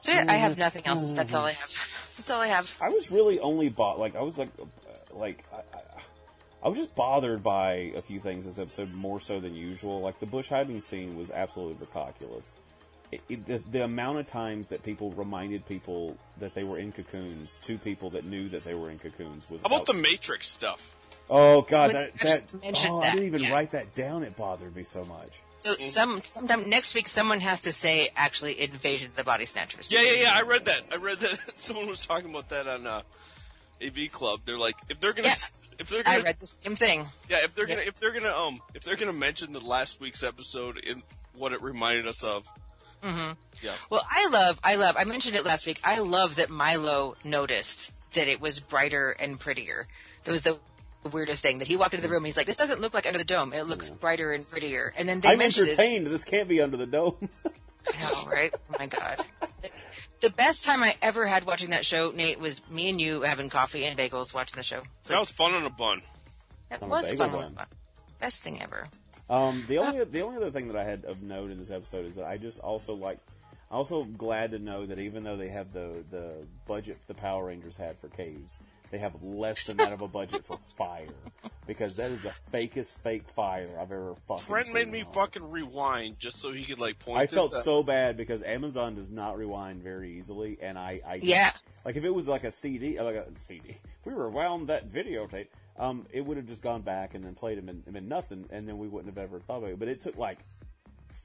[SPEAKER 4] So yeah, I have nothing else. That's all I have. That's all I have.
[SPEAKER 3] I was really only bought like I was like uh, like I, I, I was just bothered by a few things this episode more so than usual. Like the bush hiding scene was absolutely ridiculous. It, it, the, the amount of times that people reminded people that they were in cocoons to people that knew that they were in cocoons was
[SPEAKER 5] How about the
[SPEAKER 3] out-
[SPEAKER 5] Matrix stuff?
[SPEAKER 3] oh god
[SPEAKER 4] Let's
[SPEAKER 3] that that,
[SPEAKER 4] just mention
[SPEAKER 3] oh, I
[SPEAKER 4] that,
[SPEAKER 3] didn't even
[SPEAKER 4] yeah.
[SPEAKER 3] write that down. It bothered me so much.
[SPEAKER 4] So some sometime next week, someone has to say actually it invaded the body snatchers.
[SPEAKER 5] Yeah, yeah, yeah. I read that. I read that. Someone was talking about that on uh, AV Club. They're like, if they're gonna,
[SPEAKER 4] Yes.
[SPEAKER 5] if they're
[SPEAKER 4] I
[SPEAKER 5] gonna,
[SPEAKER 4] read the same thing.
[SPEAKER 5] yeah, if they're gonna, if they're gonna, um, if they're gonna mention the last week's episode in what it reminded us of.
[SPEAKER 4] Well, I love, I love, I mentioned it last week. I love that Milo noticed that it was brighter and prettier. That was the weirdest thing that he walked into the room and he's like, this doesn't look like Under the Dome. It looks brighter and prettier. And then they
[SPEAKER 3] I'm
[SPEAKER 4] mentioned it.
[SPEAKER 3] entertained. This can't be under the dome.
[SPEAKER 4] I know, right? Oh my God. The best time I ever had watching that show, Nate, was me and you having coffee and bagels watching the show. It's
[SPEAKER 5] That
[SPEAKER 4] like,
[SPEAKER 5] was fun on a bun.
[SPEAKER 4] that
[SPEAKER 3] On a
[SPEAKER 4] was
[SPEAKER 3] bagel
[SPEAKER 4] fun.
[SPEAKER 3] bun.
[SPEAKER 4] Best thing ever.
[SPEAKER 3] Um, the
[SPEAKER 4] Oh.
[SPEAKER 3] only the only other thing that I had of note in this episode is that I just also like, I'm also glad to know that even though they have the the budget the Power Rangers had for caves, they have less than that of a budget for fire because that is the fakest fake fire I've ever fucking.
[SPEAKER 5] Brent made
[SPEAKER 3] seen
[SPEAKER 5] me
[SPEAKER 3] on.
[SPEAKER 5] fucking rewind just so he could like point.
[SPEAKER 3] I
[SPEAKER 5] this
[SPEAKER 3] felt
[SPEAKER 5] out.
[SPEAKER 3] so bad because Amazon does not rewind very easily, and I, I just-
[SPEAKER 4] Yeah.
[SPEAKER 3] like if it was like a CD, like a CD, if we rewound that videotape, um, it would have just gone back and then played them and, and been nothing, and then we wouldn't have ever thought about it. But it took like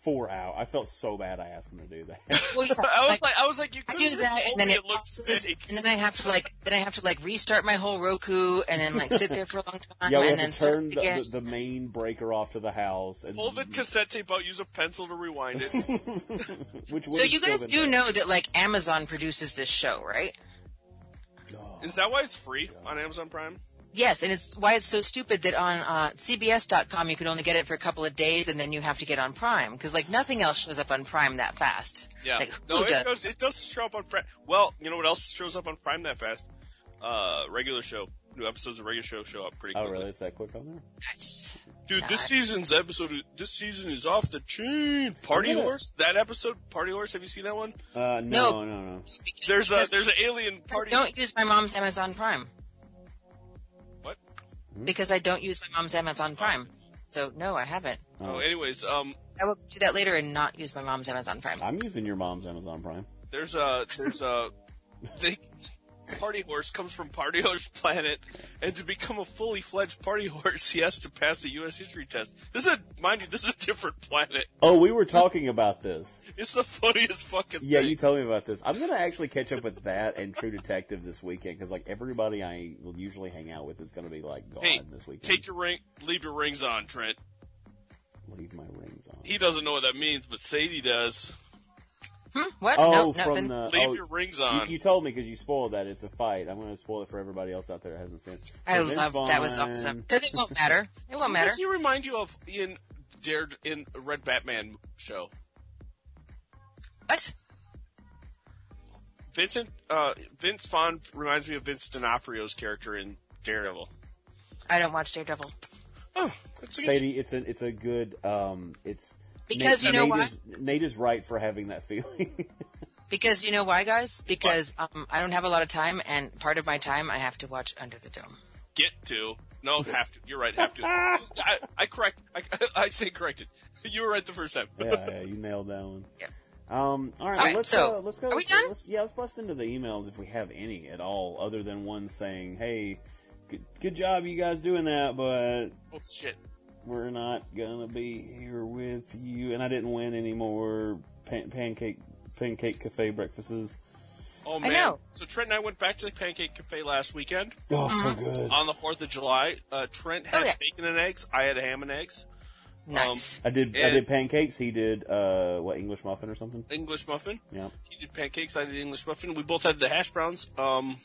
[SPEAKER 3] four hours. I felt so bad. I asked him to do that.
[SPEAKER 4] Well, yeah,
[SPEAKER 5] I was like, I was like, you
[SPEAKER 4] I
[SPEAKER 5] could
[SPEAKER 4] do that, and then it,
[SPEAKER 5] looks
[SPEAKER 4] pauses,
[SPEAKER 5] fake.
[SPEAKER 4] and then I have to like, then I have to like restart my whole Roku, and then like sit there for a long time,
[SPEAKER 3] yeah, we
[SPEAKER 4] and
[SPEAKER 3] had to
[SPEAKER 4] then start
[SPEAKER 3] turn the,
[SPEAKER 4] again.
[SPEAKER 3] the, the main breaker off to the house, and
[SPEAKER 5] Pull the cassette tape out, use a pencil to rewind it.
[SPEAKER 3] which
[SPEAKER 4] so you guys do know that like Amazon produces this show, right?
[SPEAKER 5] Is that why it's free on Amazon Prime?
[SPEAKER 4] Yes, and it's why it's so stupid that on uh, CBS.com you can only get it for a couple of days, and then you have to get on Prime because like nothing else shows up on Prime that fast.
[SPEAKER 5] Yeah.
[SPEAKER 4] like, who
[SPEAKER 5] no, it
[SPEAKER 4] does?
[SPEAKER 5] does. It does show up on Prime. Well, you know what else shows up on Prime that fast? Uh, regular show. New episodes of regular show show up pretty
[SPEAKER 3] Oh,
[SPEAKER 5] quickly.
[SPEAKER 3] really? Is that quick on there?
[SPEAKER 4] Guys,
[SPEAKER 5] Dude,
[SPEAKER 4] Nah.
[SPEAKER 5] this season's episode. This season is off the chain. Party
[SPEAKER 3] Yeah.
[SPEAKER 5] horse. That episode, party horse. Have you seen that one?
[SPEAKER 3] Uh,
[SPEAKER 4] No.
[SPEAKER 3] no, no, no.
[SPEAKER 5] There's a there's an alien
[SPEAKER 4] I
[SPEAKER 5] party.
[SPEAKER 4] don't use my mom's Amazon Prime
[SPEAKER 5] What?
[SPEAKER 3] Hmm?
[SPEAKER 4] because I don't use my mom's Amazon Prime. So no, I haven't.
[SPEAKER 5] Oh, anyways, um,
[SPEAKER 4] I will do that later and not use my mom's Amazon Prime.
[SPEAKER 3] I'm using your mom's Amazon Prime.
[SPEAKER 5] there's a there's a they party horse comes from party horse planet, and to become a fully fledged party horse, he has to pass a U.S. history test. This is a mind you, this is a different planet.
[SPEAKER 3] Oh, we were talking about this.
[SPEAKER 5] It's the funniest fucking
[SPEAKER 3] Yeah,
[SPEAKER 5] thing.
[SPEAKER 3] you told me about this. I'm gonna actually catch up with that and True Detective this weekend because like everybody I will usually hang out with is gonna be like gone
[SPEAKER 5] hey,
[SPEAKER 3] this weekend.
[SPEAKER 5] take your ring, leave your rings on, Trent.
[SPEAKER 3] Leave my rings on.
[SPEAKER 5] He doesn't know what that means, but Sadie does.
[SPEAKER 4] Hmm? What?
[SPEAKER 3] oh,
[SPEAKER 4] no, nothing.
[SPEAKER 3] from the
[SPEAKER 5] Leave
[SPEAKER 3] oh,
[SPEAKER 5] your rings
[SPEAKER 3] you,
[SPEAKER 5] on.
[SPEAKER 3] you told me because you spoiled that. It's a fight. I'm gonna spoil it for everybody else out there that hasn't seen it.
[SPEAKER 4] I
[SPEAKER 3] So Vince
[SPEAKER 4] love that was
[SPEAKER 3] Vaughn-
[SPEAKER 4] awesome because it won't matter. It won't matter.
[SPEAKER 5] Does he remind you of in Dare in Red Batman show?
[SPEAKER 4] What?
[SPEAKER 5] Vincent uh, Vince Vaughn reminds me of Vince D'Onofrio's character in Daredevil.
[SPEAKER 4] I don't watch Daredevil
[SPEAKER 5] Oh, that's a good-
[SPEAKER 3] Sadie, it's a it's a good um it's
[SPEAKER 4] Because
[SPEAKER 3] Nate,
[SPEAKER 4] you know
[SPEAKER 3] Nate
[SPEAKER 4] why?
[SPEAKER 3] is- Nate is right for having that feeling.
[SPEAKER 4] because you know why, guys? Because um, I don't have a lot of time, and part of my time I have to watch Under the Dome.
[SPEAKER 5] get to. No, have to. You're right. Have to. I, I correct. I, I say corrected. You were right the first time.
[SPEAKER 3] yeah, yeah, you nailed that one.
[SPEAKER 4] Yep.
[SPEAKER 3] Um, all right,
[SPEAKER 4] All right,
[SPEAKER 3] let's
[SPEAKER 4] so,
[SPEAKER 3] uh, let's go.
[SPEAKER 4] are we
[SPEAKER 3] let's,
[SPEAKER 4] done?
[SPEAKER 3] let's- yeah, let's bust into the emails if we have any at all, other than one saying, "Hey, good, good job, you guys doing that," but
[SPEAKER 5] oh shit.
[SPEAKER 3] we're not gonna be here with you, and I didn't win any more pan- pancake pancake cafe breakfasts.
[SPEAKER 5] Oh man.
[SPEAKER 4] know.
[SPEAKER 5] So Trent and I went back to the Pancake Cafe last weekend
[SPEAKER 3] Oh, so
[SPEAKER 4] Mm-hmm.
[SPEAKER 3] good.
[SPEAKER 5] on the Fourth of July. Uh, Trent had
[SPEAKER 4] Oh, yeah.
[SPEAKER 5] bacon and eggs. I had ham and eggs.
[SPEAKER 3] Um,
[SPEAKER 4] Nice.
[SPEAKER 3] I did I
[SPEAKER 5] and-
[SPEAKER 3] did pancakes. He did uh what English muffin or something.
[SPEAKER 5] English muffin.
[SPEAKER 3] Yeah.
[SPEAKER 5] He did pancakes. I did English muffin. We both had the hash browns. Um,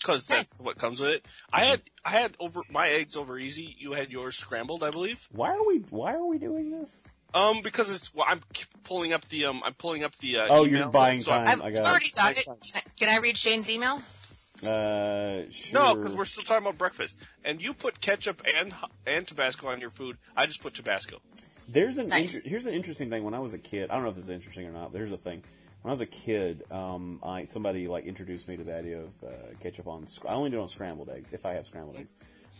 [SPEAKER 5] because that's what comes with it. I had I had over my eggs over easy. You had yours scrambled, I believe.
[SPEAKER 3] Why are we Why are we doing this?
[SPEAKER 5] Um, because it's well, I'm k- pulling up the um, I'm pulling up the uh,
[SPEAKER 3] Oh, you're
[SPEAKER 5] email,
[SPEAKER 3] buying
[SPEAKER 5] so I'm-
[SPEAKER 3] time.
[SPEAKER 4] I've
[SPEAKER 3] I got
[SPEAKER 4] already
[SPEAKER 3] it.
[SPEAKER 4] got it. Can I, can I read Shane's email?
[SPEAKER 3] Uh, sure.
[SPEAKER 5] No, because we're still talking about breakfast. And you put ketchup and and Tabasco on your food. I just put Tabasco.
[SPEAKER 3] There's an
[SPEAKER 4] Nice.
[SPEAKER 3] inter- here's an interesting thing. When I was a kid, I don't know if this is interesting or not. But here's the thing: When I was a kid, um, I somebody like introduced me to the idea of uh, ketchup on. Sc- I only do it on scrambled eggs if I have scrambled eggs.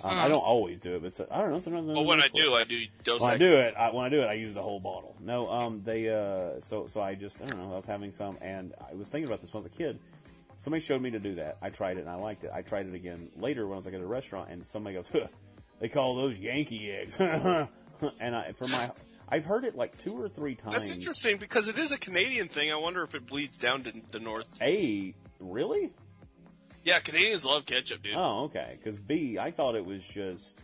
[SPEAKER 3] Um, I don't always do it, but so, I don't know. Sometimes.
[SPEAKER 5] Well, when I do, I do Dos
[SPEAKER 3] when I
[SPEAKER 5] Equis.
[SPEAKER 3] do it, I, when I do it, I use the whole bottle. No, um, they uh, so so I just I don't know. I was having some, and I was thinking about this when I was a kid. Somebody showed me to do that. I tried it and I liked it. I tried it again later when I was like at a restaurant, and somebody goes, huh, "They call those Yankee eggs." and I for my, I've heard it like two or three times.
[SPEAKER 5] That's interesting because it is a Canadian thing. I wonder if it bleeds down to the north.
[SPEAKER 3] A really?
[SPEAKER 5] Yeah, Canadians love ketchup, dude.
[SPEAKER 3] Oh, okay. Because B, I thought it was just.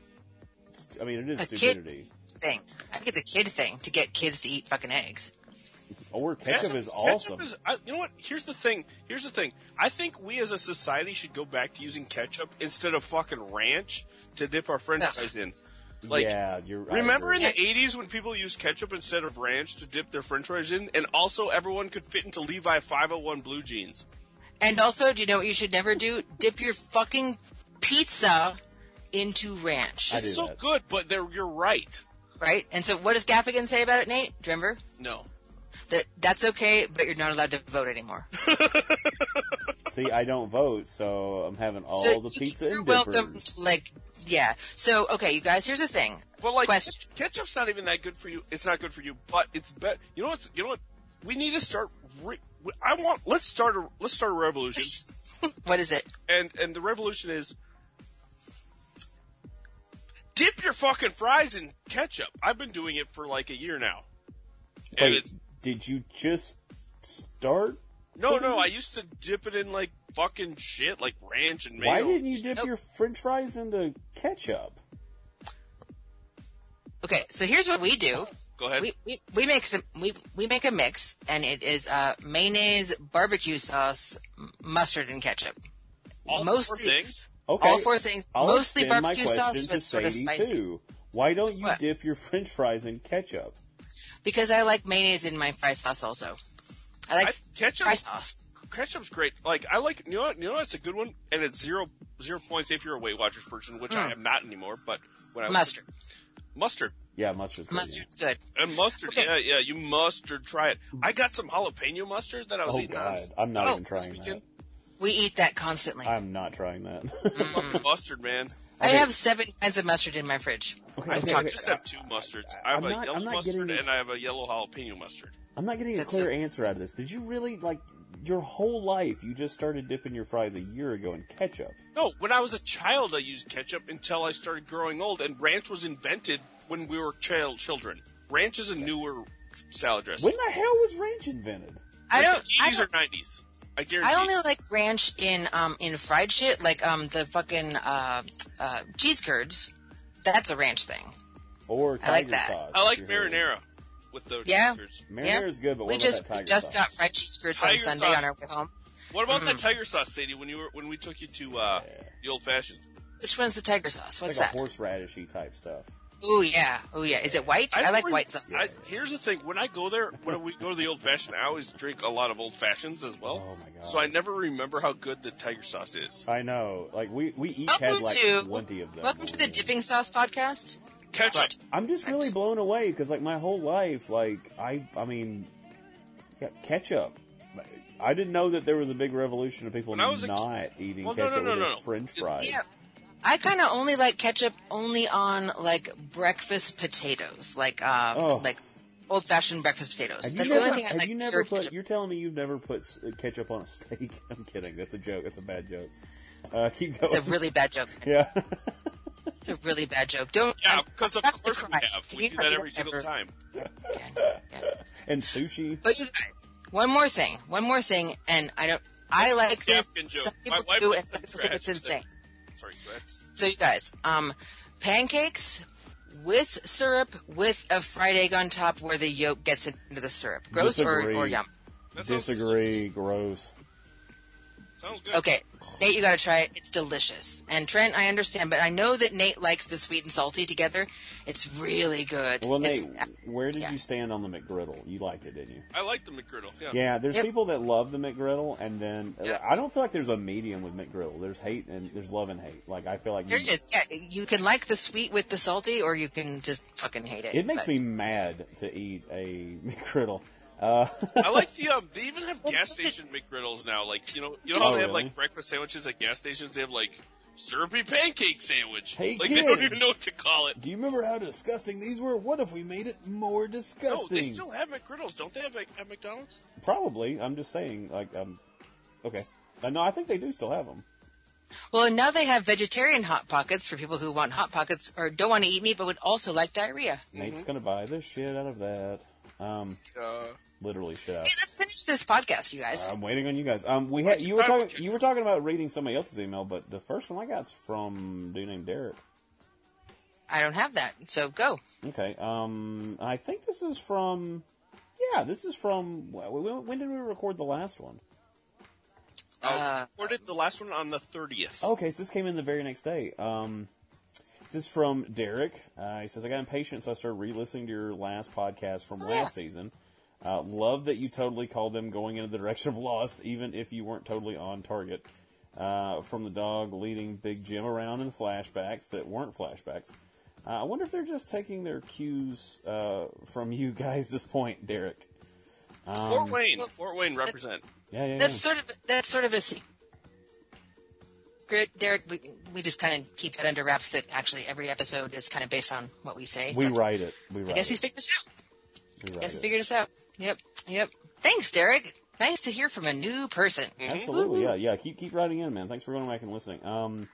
[SPEAKER 3] I mean, it is
[SPEAKER 4] A kid-
[SPEAKER 3] stupidity.
[SPEAKER 4] Thing. I think it's a kid thing to get kids to eat fucking eggs.
[SPEAKER 3] Or Oh, ketchup is
[SPEAKER 5] ketchup
[SPEAKER 3] awesome.
[SPEAKER 5] is- I- you know what? Here's the thing. Here's the thing. I think we as a society should go back to using ketchup instead of fucking ranch to dip our French
[SPEAKER 4] Ugh.
[SPEAKER 5] fries in. Like,
[SPEAKER 3] yeah, you're. I
[SPEAKER 5] remember in
[SPEAKER 3] agree.
[SPEAKER 5] the '80s when people used ketchup instead of ranch to dip their French fries in, and also everyone could fit into Levi 501 blue jeans.
[SPEAKER 4] And also, do you know what you should never do? Dip your fucking pizza into ranch,
[SPEAKER 3] I do
[SPEAKER 5] It's so
[SPEAKER 3] that.
[SPEAKER 5] good, but they're, you're right.
[SPEAKER 4] right? And so, what does Gaffigan say about it, Nate? Do you remember
[SPEAKER 5] No,
[SPEAKER 4] that that's okay, but you're not allowed to vote anymore.
[SPEAKER 3] See, I don't vote, so I'm having all
[SPEAKER 4] so
[SPEAKER 3] the
[SPEAKER 4] you-
[SPEAKER 3] pizza
[SPEAKER 4] you're
[SPEAKER 3] and
[SPEAKER 4] welcome.
[SPEAKER 3] dippers.
[SPEAKER 4] to, Like, yeah. So, okay, you guys. Here's the thing.
[SPEAKER 5] But like
[SPEAKER 4] Question.
[SPEAKER 5] ketchup- ketchup's not even that good for you. It's not good for you, but it's better. You know what's You know what? We need to start. Re- I want. Let's start. A, let's start a revolution.
[SPEAKER 4] What is it?
[SPEAKER 5] and and the revolution is dip your fucking fries in ketchup. I've been doing it for like a year now. and
[SPEAKER 3] Wait,
[SPEAKER 5] it's
[SPEAKER 3] did you just start?
[SPEAKER 5] no, no. I used to dip it in like fucking shit, like ranch and mayo.
[SPEAKER 3] Why didn't you dip
[SPEAKER 4] Nope.
[SPEAKER 3] your French fries into ketchup?
[SPEAKER 4] Okay, so here's what we do.
[SPEAKER 5] Go ahead.
[SPEAKER 4] We, we, we make some we, we make a mix and it is uh, mayonnaise, barbecue sauce, m- mustard, and ketchup.
[SPEAKER 5] All
[SPEAKER 4] mostly-
[SPEAKER 5] four things.
[SPEAKER 3] Okay,
[SPEAKER 4] All four things.
[SPEAKER 3] I'll
[SPEAKER 4] mostly
[SPEAKER 3] extend
[SPEAKER 4] barbecue
[SPEAKER 3] my question
[SPEAKER 4] sauce,
[SPEAKER 3] to
[SPEAKER 4] but sort of
[SPEAKER 3] Sadie,
[SPEAKER 4] spicy.
[SPEAKER 3] Too. Why don't you
[SPEAKER 4] What?
[SPEAKER 3] dip your French fries in ketchup?
[SPEAKER 4] Because I like mayonnaise in my fry sauce also. I like
[SPEAKER 5] I, ketchup
[SPEAKER 4] fry sauce.
[SPEAKER 5] ketchup's great. Like I like you know what, you know it's a good one, and it's zero zero points if you're a Weight Watchers person, which
[SPEAKER 4] Hmm.
[SPEAKER 5] I am not anymore. But when I was-
[SPEAKER 4] Mustard.
[SPEAKER 5] mustard
[SPEAKER 3] Yeah, mustard's good, yeah.
[SPEAKER 4] Mustard's good.
[SPEAKER 5] and mustard,
[SPEAKER 4] Okay.
[SPEAKER 5] yeah, yeah, you mustard try it. I got some jalapeno mustard that I was
[SPEAKER 3] Oh
[SPEAKER 5] eating.
[SPEAKER 3] god,
[SPEAKER 5] on,
[SPEAKER 3] I'm not
[SPEAKER 5] oh,
[SPEAKER 3] even trying
[SPEAKER 5] this
[SPEAKER 3] that.
[SPEAKER 5] weekend.
[SPEAKER 4] We eat that constantly. I,
[SPEAKER 3] I'm not trying that.
[SPEAKER 4] Mm,
[SPEAKER 5] Fucking mustard, man.
[SPEAKER 4] have seven kinds of mustard in my fridge.
[SPEAKER 3] okay,
[SPEAKER 5] I
[SPEAKER 3] okay,
[SPEAKER 5] think I
[SPEAKER 3] okay.
[SPEAKER 5] just have two mustards. I
[SPEAKER 3] I'm
[SPEAKER 5] have a
[SPEAKER 3] not-
[SPEAKER 5] yellow
[SPEAKER 3] I'm not
[SPEAKER 5] mustard
[SPEAKER 3] getting-
[SPEAKER 5] and I have a yellow jalapeno mustard.
[SPEAKER 3] I'm not getting a
[SPEAKER 4] That's
[SPEAKER 3] clear
[SPEAKER 4] a-
[SPEAKER 3] answer out of this. Did you really like your whole life? You just started dipping your fries a year ago in ketchup.
[SPEAKER 5] No, when I was a child, I used ketchup until I started growing old, and ranch was invented when we were child children. Ranch is a newer salad dressing.
[SPEAKER 3] When the hell was ranch invented?
[SPEAKER 4] I don't. I
[SPEAKER 5] Eighties or
[SPEAKER 4] don't
[SPEAKER 5] nineties. I guarantee.
[SPEAKER 4] I only like ranch in um in fried shit, like um the fucking uh uh cheese curds. That's a ranch thing.
[SPEAKER 3] Or tiger
[SPEAKER 4] I like that.
[SPEAKER 3] sauce?
[SPEAKER 5] I like
[SPEAKER 3] if you're
[SPEAKER 5] marinara with the
[SPEAKER 4] Yeah.
[SPEAKER 5] Tigers.
[SPEAKER 3] Marinara's
[SPEAKER 4] yeah.
[SPEAKER 3] good, but
[SPEAKER 4] we
[SPEAKER 3] what about
[SPEAKER 4] just
[SPEAKER 3] that tiger
[SPEAKER 4] we just
[SPEAKER 3] sauce?
[SPEAKER 4] got fried cheese curds on
[SPEAKER 5] Tiger
[SPEAKER 4] Sunday
[SPEAKER 5] sauce.
[SPEAKER 4] on our way home.
[SPEAKER 5] What about
[SPEAKER 3] Mm.
[SPEAKER 5] that tiger sauce, Sadie? When you were when we took you to uh, the old fashioned,
[SPEAKER 4] Which one's the tiger sauce?
[SPEAKER 3] It's
[SPEAKER 4] What's
[SPEAKER 3] like a
[SPEAKER 4] that?
[SPEAKER 3] horseradishy type stuff.
[SPEAKER 4] Oh yeah, oh yeah. Is it white? I, like white sauce.
[SPEAKER 5] I, here's the thing: when I go there, when we go to the old fashioned, I always drink a lot of old fashions as well.
[SPEAKER 3] Oh, my God.
[SPEAKER 5] So I never remember how good the tiger sauce is.
[SPEAKER 3] I know. Like we we each had
[SPEAKER 4] welcome
[SPEAKER 3] like
[SPEAKER 4] to
[SPEAKER 3] twenty of them.
[SPEAKER 4] welcome to the dipping sauce podcast.
[SPEAKER 5] Ketchup.
[SPEAKER 3] I'm just really blown away because like my whole life, like I I mean, yeah, ketchup. I didn't know that there was a big revolution of people
[SPEAKER 5] When I was a
[SPEAKER 3] not eating
[SPEAKER 5] Well, no,
[SPEAKER 3] ketchup
[SPEAKER 5] no, no,
[SPEAKER 3] with
[SPEAKER 5] no,
[SPEAKER 3] their
[SPEAKER 5] no.
[SPEAKER 3] French
[SPEAKER 5] It-
[SPEAKER 3] fries.
[SPEAKER 4] Yeah. I kind of only like ketchup only on like breakfast potatoes, like uh,
[SPEAKER 3] Oh.
[SPEAKER 4] like old fashioned breakfast potatoes.
[SPEAKER 3] Have you
[SPEAKER 4] That's
[SPEAKER 3] never,
[SPEAKER 4] the only thing I
[SPEAKER 3] have
[SPEAKER 4] like.
[SPEAKER 3] you never
[SPEAKER 4] pure
[SPEAKER 3] put?
[SPEAKER 4] ketchup.
[SPEAKER 3] You're telling me you've never put s- ketchup on a steak? I'm kidding. That's a joke. That's a bad joke. Uh, keep going.
[SPEAKER 4] It's a really bad joke.
[SPEAKER 3] yeah.
[SPEAKER 4] It's a really bad joke. Don't.
[SPEAKER 5] Yeah, because of
[SPEAKER 4] I'm not
[SPEAKER 5] course we
[SPEAKER 4] gonna cry.
[SPEAKER 5] have.
[SPEAKER 4] Can
[SPEAKER 5] We
[SPEAKER 4] you
[SPEAKER 5] do
[SPEAKER 4] hurry
[SPEAKER 5] that
[SPEAKER 4] up
[SPEAKER 5] every single
[SPEAKER 4] ever
[SPEAKER 5] time.
[SPEAKER 4] again? Yeah.
[SPEAKER 3] and sushi.
[SPEAKER 4] But you guys, one more thing. One more thing, and I don't. I like this.
[SPEAKER 5] Napkin joke.
[SPEAKER 4] Some
[SPEAKER 5] My
[SPEAKER 4] people
[SPEAKER 5] wife
[SPEAKER 4] do,
[SPEAKER 5] likes
[SPEAKER 4] and some
[SPEAKER 5] that
[SPEAKER 4] people think it's
[SPEAKER 5] trash.
[SPEAKER 4] insane.
[SPEAKER 5] Sorry, go ahead.
[SPEAKER 4] So you guys, um, pancakes with syrup with a fried egg on top where the yolk gets into the syrup. Gross or,
[SPEAKER 3] Disagree.
[SPEAKER 4] or yum?
[SPEAKER 5] That sounds
[SPEAKER 3] Disagree. Gross.
[SPEAKER 5] Sounds good.
[SPEAKER 4] Okay, Nate, you got to try it. It's delicious. And Trent, I understand, but I know that Nate likes the sweet and salty together. It's really good.
[SPEAKER 3] Well,
[SPEAKER 4] It's- uh,
[SPEAKER 3] Nate, where did
[SPEAKER 4] yeah.
[SPEAKER 3] you stand on the McGriddle? You liked it, didn't you?
[SPEAKER 5] I like the McGriddle. Yeah.
[SPEAKER 3] Yeah, there's
[SPEAKER 4] Yep.
[SPEAKER 3] people that love the McGriddle, and then uh,
[SPEAKER 5] Yeah.
[SPEAKER 3] I don't feel like there's a medium with McGriddle. There's hate and there's love and hate. Like I feel like
[SPEAKER 4] There it is. Yeah, you can like the sweet with the salty, or you can just fucking hate it.
[SPEAKER 3] It makes
[SPEAKER 4] But-
[SPEAKER 3] me mad to eat a McGriddle. Uh,
[SPEAKER 5] I like the um. They even have gas station McGriddles now. Like you know, you know how
[SPEAKER 3] Oh,
[SPEAKER 5] they have
[SPEAKER 3] really?
[SPEAKER 5] like breakfast sandwiches at gas stations. They have like syrupy pancake sandwich.
[SPEAKER 3] Hey,
[SPEAKER 5] like they don't
[SPEAKER 3] kids.
[SPEAKER 5] even know what to call it.
[SPEAKER 3] Do you remember how disgusting these were? What if we made it more
[SPEAKER 5] No,
[SPEAKER 3] disgusting?
[SPEAKER 5] they still have McGriddles, don't they? Have like, at McDonald's?
[SPEAKER 3] Probably. I'm just saying. Like, um, okay. Uh, no, I think they do still have them.
[SPEAKER 4] Well, and now they have vegetarian hot pockets for people who want hot pockets or don't want to eat meat but would also like diarrhea.
[SPEAKER 5] Mm-hmm.
[SPEAKER 3] Nate's gonna buy the shit out of that. Um, literally shit out.
[SPEAKER 4] Hey, let's finish this podcast, you guys.
[SPEAKER 3] I'm waiting on you guys. Um, we had
[SPEAKER 5] don't
[SPEAKER 3] you
[SPEAKER 5] you
[SPEAKER 3] were
[SPEAKER 5] try one,
[SPEAKER 3] talking
[SPEAKER 5] Kitchen?
[SPEAKER 3] you were talking about reading somebody else's email, but the first one I got's from a dude named Derek.
[SPEAKER 4] I don't have that, so go.
[SPEAKER 3] Okay. Um, I think this is from. Yeah, this is from. wh- wh- When did we record the last one?
[SPEAKER 5] Uh, recorded the last one on the thirtieth.
[SPEAKER 4] Oh.
[SPEAKER 3] Okay, so this came in the very next day. Um, this is from Derek. Uh, he says, I got impatient, so I started re listening to your last podcast
[SPEAKER 4] Oh,
[SPEAKER 3] from last season. Uh, love that you totally called them going into the direction of Lost, even if you weren't totally on target. Uh, from the dog leading Big Jim around in flashbacks that weren't flashbacks. Uh, I wonder if they're just taking their cues uh, from you guys this point, Derek.
[SPEAKER 5] Fort Wayne, Fort Wayne represent.
[SPEAKER 3] Yeah, yeah, yeah.
[SPEAKER 4] That's sort of that's sort of a secret, Derek. We, we just kind of keep that under wraps. That actually every episode is kind of based on what we say.
[SPEAKER 3] we write it. We
[SPEAKER 4] I
[SPEAKER 3] write
[SPEAKER 4] guess he's
[SPEAKER 3] it.
[SPEAKER 4] figured us out.
[SPEAKER 3] We write
[SPEAKER 4] Guess he
[SPEAKER 3] it.
[SPEAKER 4] figured us out. Yep, yep. Thanks, Derek. Nice to hear from a new person.
[SPEAKER 3] Absolutely, yeah, yeah. Keep keep writing in, man. Thanks for going back and listening. Um,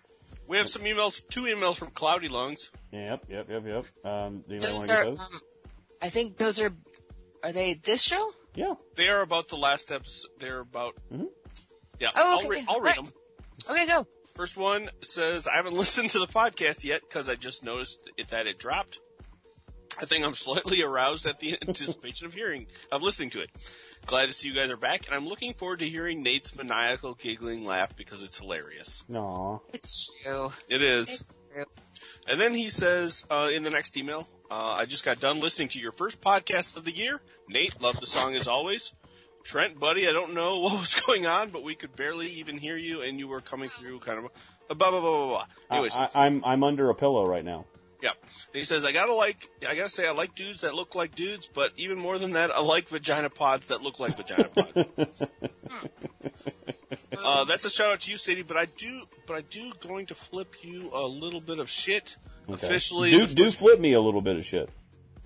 [SPEAKER 5] We have some emails, two emails from Cloudy Lungs.
[SPEAKER 3] Yep, yep, yep, yep. Um, do you know
[SPEAKER 4] Those
[SPEAKER 3] want to
[SPEAKER 4] are,
[SPEAKER 3] get those?
[SPEAKER 4] um, I think those are. Are they this show?
[SPEAKER 3] yeah.
[SPEAKER 5] They are about the last steps. They're about. Yeah,
[SPEAKER 4] Mm-hmm. Oh, okay.
[SPEAKER 5] I'll, re- I'll read
[SPEAKER 4] Right.
[SPEAKER 5] them.
[SPEAKER 4] Okay, go.
[SPEAKER 5] First one says, I haven't listened to the podcast yet because I just noticed it, that it dropped. I think I'm slightly aroused at the anticipation of hearing, of listening to it. Glad to see you guys are back, and I'm looking forward to hearing Nate's maniacal giggling laugh because it's hilarious.
[SPEAKER 3] No.
[SPEAKER 4] It's true.
[SPEAKER 5] It is.
[SPEAKER 4] True.
[SPEAKER 5] And then he says uh, in the next email, uh, I just got done listening to your first podcast of the year. Nate, love the song as always. Trent, buddy, I don't know what was going on, but we could barely even hear you, and you were coming through kind of a blah, blah, blah, blah, blah. Anyways,
[SPEAKER 3] I, I, I'm I'm under a pillow right now.
[SPEAKER 5] yeah. He says, I gotta like, I gotta say, I like dudes that look like dudes, but even more than that, I like vagina pods that look like vagina pods. uh, that's a shout out to you, Sadie. But I do, but I do going to flip you a little bit of shit. Officially,
[SPEAKER 3] do
[SPEAKER 5] the
[SPEAKER 3] do
[SPEAKER 5] first,
[SPEAKER 3] flip me a little bit of shit.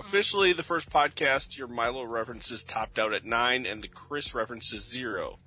[SPEAKER 5] officially the first podcast. Your Milo references topped out at nine, and the Chris references zero.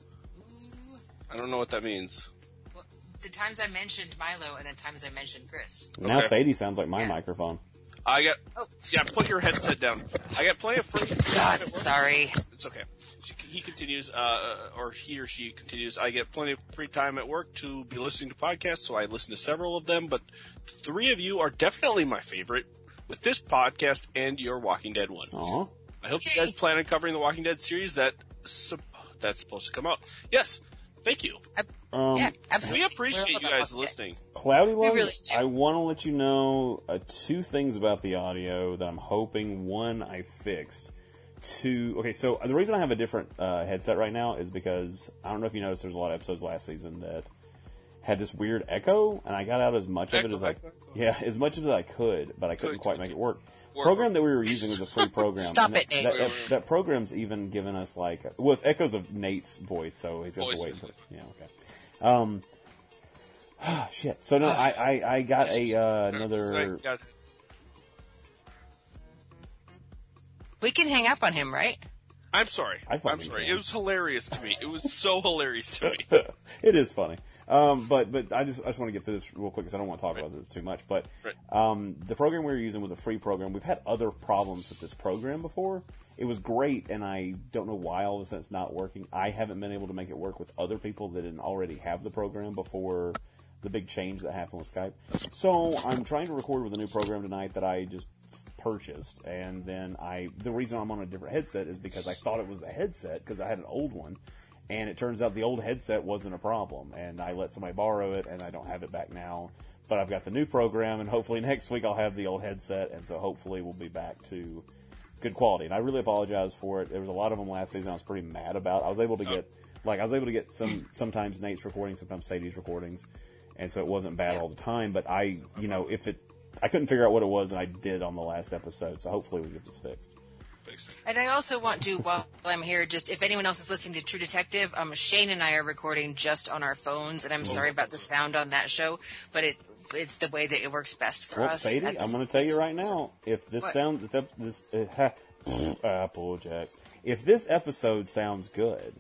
[SPEAKER 5] I don't know what that means.
[SPEAKER 4] Well, the times I mentioned Milo and the times I mentioned Chris.
[SPEAKER 3] Now
[SPEAKER 5] Okay.
[SPEAKER 3] Sadie sounds like my
[SPEAKER 4] Yeah.
[SPEAKER 3] microphone.
[SPEAKER 5] I got
[SPEAKER 4] Oh.
[SPEAKER 5] yeah. Put your headset down. I got plenty of free.
[SPEAKER 4] God, sorry.
[SPEAKER 5] It's okay. She, he continues, uh, or he or she continues. I get plenty of free time at work to be listening to podcasts, so I listen to several of them. But three of you are definitely my favorite with this podcast and your Walking Dead one.
[SPEAKER 3] Aw.
[SPEAKER 5] I hope you guys
[SPEAKER 4] Yay.
[SPEAKER 5] plan on covering the Walking Dead series that sup- that's supposed to come out. Yes, thank you.
[SPEAKER 3] Um,
[SPEAKER 4] yeah, absolutely.
[SPEAKER 5] We
[SPEAKER 4] We're all
[SPEAKER 5] appreciate you
[SPEAKER 4] about
[SPEAKER 5] guys
[SPEAKER 4] Walking Dead.
[SPEAKER 5] listening.
[SPEAKER 3] Cloudy Lungs,
[SPEAKER 4] really do.
[SPEAKER 3] I want to let you know uh, two things about the audio that I'm hoping one I fixed. Two, okay, so the reason I have a different uh, headset right now is because I don't know if you noticed there's a lot of episodes last season that had this weird echo, and I got out as much of it
[SPEAKER 5] Echo,
[SPEAKER 3] as I
[SPEAKER 5] echo, echo.
[SPEAKER 3] yeah as much as I could, but I couldn't
[SPEAKER 5] Good,
[SPEAKER 3] quite
[SPEAKER 5] good,
[SPEAKER 3] make it
[SPEAKER 5] good.
[SPEAKER 3] work.
[SPEAKER 5] Work.
[SPEAKER 3] Program that we were using was a free program.
[SPEAKER 4] Stop
[SPEAKER 3] and
[SPEAKER 4] it,
[SPEAKER 3] that,
[SPEAKER 4] Nate.
[SPEAKER 3] That, that, that program's even given us like well, it's echoes of Nate's voice, so he's gonna have to wait.
[SPEAKER 5] Voices.
[SPEAKER 3] For, yeah, okay. Um, shit. So no, I I, I got a uh, another.
[SPEAKER 5] Right, yeah.
[SPEAKER 4] We can hang up on him, right?
[SPEAKER 5] I'm sorry.
[SPEAKER 3] I
[SPEAKER 5] I'm
[SPEAKER 3] fucking
[SPEAKER 5] sorry.
[SPEAKER 3] can.
[SPEAKER 5] It was hilarious to me. It was so hilarious to me.
[SPEAKER 3] It is funny. Um, but but I just I just want to get through this real quick because I don't want to talk about this too much. But
[SPEAKER 5] Right.
[SPEAKER 3] um, the program we were using was a free program. We've had other problems with this program before. It was great, and I don't know why all of a sudden it's not working. I haven't been able to make it work with other people that didn't already have the program before the big change that happened with Skype. So I'm trying to record with a new program tonight that I just purchased, and then I the reason I'm on a different headset is because I thought it was the headset because I had an old one, and it turns out the old headset wasn't a problem, and I let somebody borrow it, and I don't have it back now. But I've got the new program, and hopefully next week I'll have the old headset, and so hopefully we'll be back to good quality. And I really apologize for it. There was a lot of them last season. I was pretty mad about. I was able to get like I was able to get some sometimes Nate's recordings, sometimes Sadie's recordings, and so it wasn't bad all the time. But I, you know, if it, I couldn't figure out what it was, and I did on the last episode. So hopefully we get this fixed.
[SPEAKER 5] fixed.
[SPEAKER 4] And I also want to, while I'm here, just if anyone else is listening to True Detective, um, Shane and I are recording just on our phones, and
[SPEAKER 3] Oh.
[SPEAKER 4] I'm sorry about the sound on that show, but it it's the way that it works best for
[SPEAKER 3] Well,
[SPEAKER 4] us.
[SPEAKER 3] Sadie,
[SPEAKER 4] at
[SPEAKER 3] I'm
[SPEAKER 4] this
[SPEAKER 3] going to tell you
[SPEAKER 4] point.
[SPEAKER 3] right now. If this
[SPEAKER 4] What?
[SPEAKER 3] sounds if that- this uh, ha, Apple Jacks, if this episode sounds good,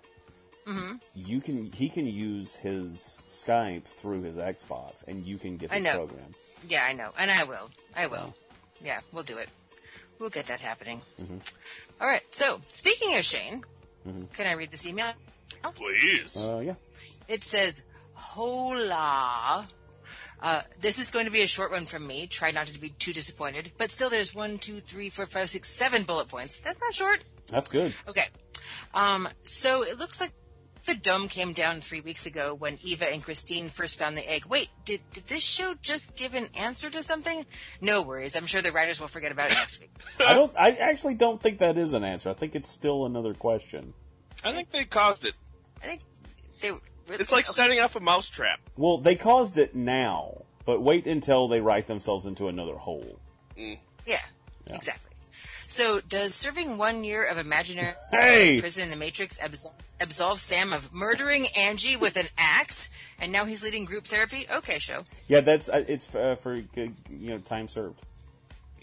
[SPEAKER 4] Mm-hmm.
[SPEAKER 3] you can he can use his Skype through his Xbox, and you can get
[SPEAKER 4] I
[SPEAKER 3] this
[SPEAKER 4] know.
[SPEAKER 3] program.
[SPEAKER 4] Yeah, I know, and I will. I will.
[SPEAKER 3] Oh.
[SPEAKER 4] Yeah, we'll do it. We'll get that happening.
[SPEAKER 3] Mm-hmm.
[SPEAKER 4] All right. So, speaking of Shane, can I read this email?
[SPEAKER 5] Please.
[SPEAKER 3] Uh, yeah.
[SPEAKER 4] It says, "Hola." Uh, this is going to be a short one from me. Try not to be too disappointed. But still, there's one, two, three, four, five, six, seven bullet points. That's not short.
[SPEAKER 3] That's good.
[SPEAKER 4] Okay. Um, so it looks like the dome came down three weeks ago when Eva and Christine first found the egg. Wait, did, did this show just give an answer to something? No worries. I'm sure the writers will forget about it next week.
[SPEAKER 3] I don't. I actually don't think that is an answer. I think it's still another question.
[SPEAKER 5] I think they caused it.
[SPEAKER 4] I think they were.
[SPEAKER 5] It's like setting up a mousetrap.
[SPEAKER 3] Well, they caused it now, but wait until they write themselves into another hole.
[SPEAKER 4] Yeah, exactly. So, does serving one year of imaginary
[SPEAKER 3] Hey!
[SPEAKER 4] prison in the Matrix absol- absolve Sam of murdering Angie with an axe, and now he's leading group therapy? Okay, show.
[SPEAKER 3] Yeah, that's uh, it's uh, for good, you know time served.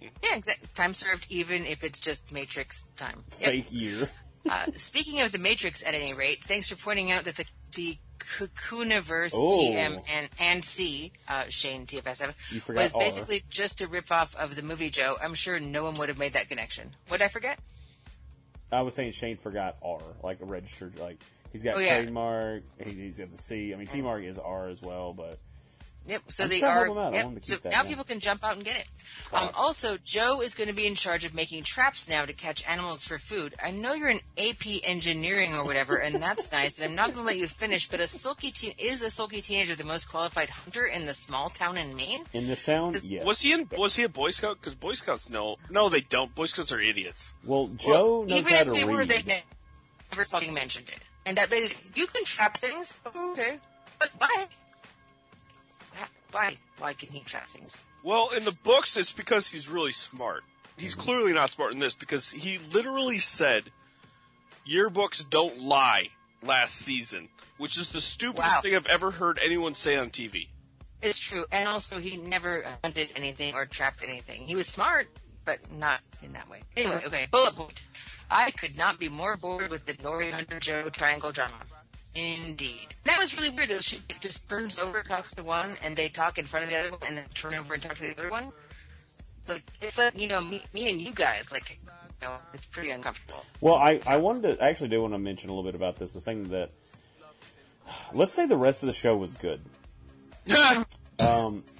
[SPEAKER 4] Yeah, exactly. Time served, even if it's just Matrix time. Yep.
[SPEAKER 3] Fake year.
[SPEAKER 4] Uh, speaking of the Matrix, at any rate, thanks for pointing out that the the Cocooniverse
[SPEAKER 3] Oh.
[SPEAKER 4] TM and and C uh, Shane TFS7
[SPEAKER 3] You forgot
[SPEAKER 4] was
[SPEAKER 3] R.
[SPEAKER 4] basically just a ripoff of the movie Joe. I'm sure no one would have made that connection. Would I forget?
[SPEAKER 3] I was saying Shane forgot R, like a registered, like he's got
[SPEAKER 4] Oh, yeah.
[SPEAKER 3] trademark. He, he's got the C. I mean, T mark is R as well, but
[SPEAKER 4] Yep. So
[SPEAKER 3] I'm
[SPEAKER 4] they
[SPEAKER 3] sure I
[SPEAKER 4] are.
[SPEAKER 3] held 'em out. I
[SPEAKER 4] yep,
[SPEAKER 3] wanted to
[SPEAKER 4] So
[SPEAKER 3] keep that
[SPEAKER 4] now
[SPEAKER 3] one.
[SPEAKER 4] people can jump out and get it. Um, also, Joe is going to be in charge of making traps now to catch animals for food. I know you're in AP engineering or whatever, and that's nice. And I'm not going to let you finish, but a sulky teen is the sulky teenager the most qualified hunter in the small town in Maine?
[SPEAKER 3] in this town,
[SPEAKER 4] Is-
[SPEAKER 3] yes.
[SPEAKER 5] Was he in? Was he a Boy Scout? Because Boy Scouts no, no, they don't. Boy Scouts are idiots.
[SPEAKER 3] well, Joe
[SPEAKER 4] Well,
[SPEAKER 3] knows
[SPEAKER 4] even
[SPEAKER 3] how
[SPEAKER 4] if
[SPEAKER 3] to
[SPEAKER 4] they
[SPEAKER 3] read.
[SPEAKER 4] were, they ne- never fucking mentioned it. And that lady, you can trap things, okay, but why? Why? Why can he trap things?
[SPEAKER 5] Well, in the books, it's because he's really smart. He's clearly not smart in this because he literally said, "Yearbooks don't lie." Last season, which is the stupidest
[SPEAKER 4] Wow.
[SPEAKER 5] thing I've ever heard anyone say on TV.
[SPEAKER 4] It's true, and also he never hunted anything or trapped anything. He was smart, but not in that way. Anyway, okay, bullet point. I could not be more bored with the Nori Hunter Joe triangle drama. Indeed. That was really weird. It was just, it just turns over, talks to one, and they talk in front of the other one, and then turn over and talk to the other one. Like it's like you know me, me and you guys. Like, you know, it's pretty uncomfortable.
[SPEAKER 3] Well, I, I wanted to I actually do want to mention a little bit about this. The thing that let's say the rest of the show was good. um,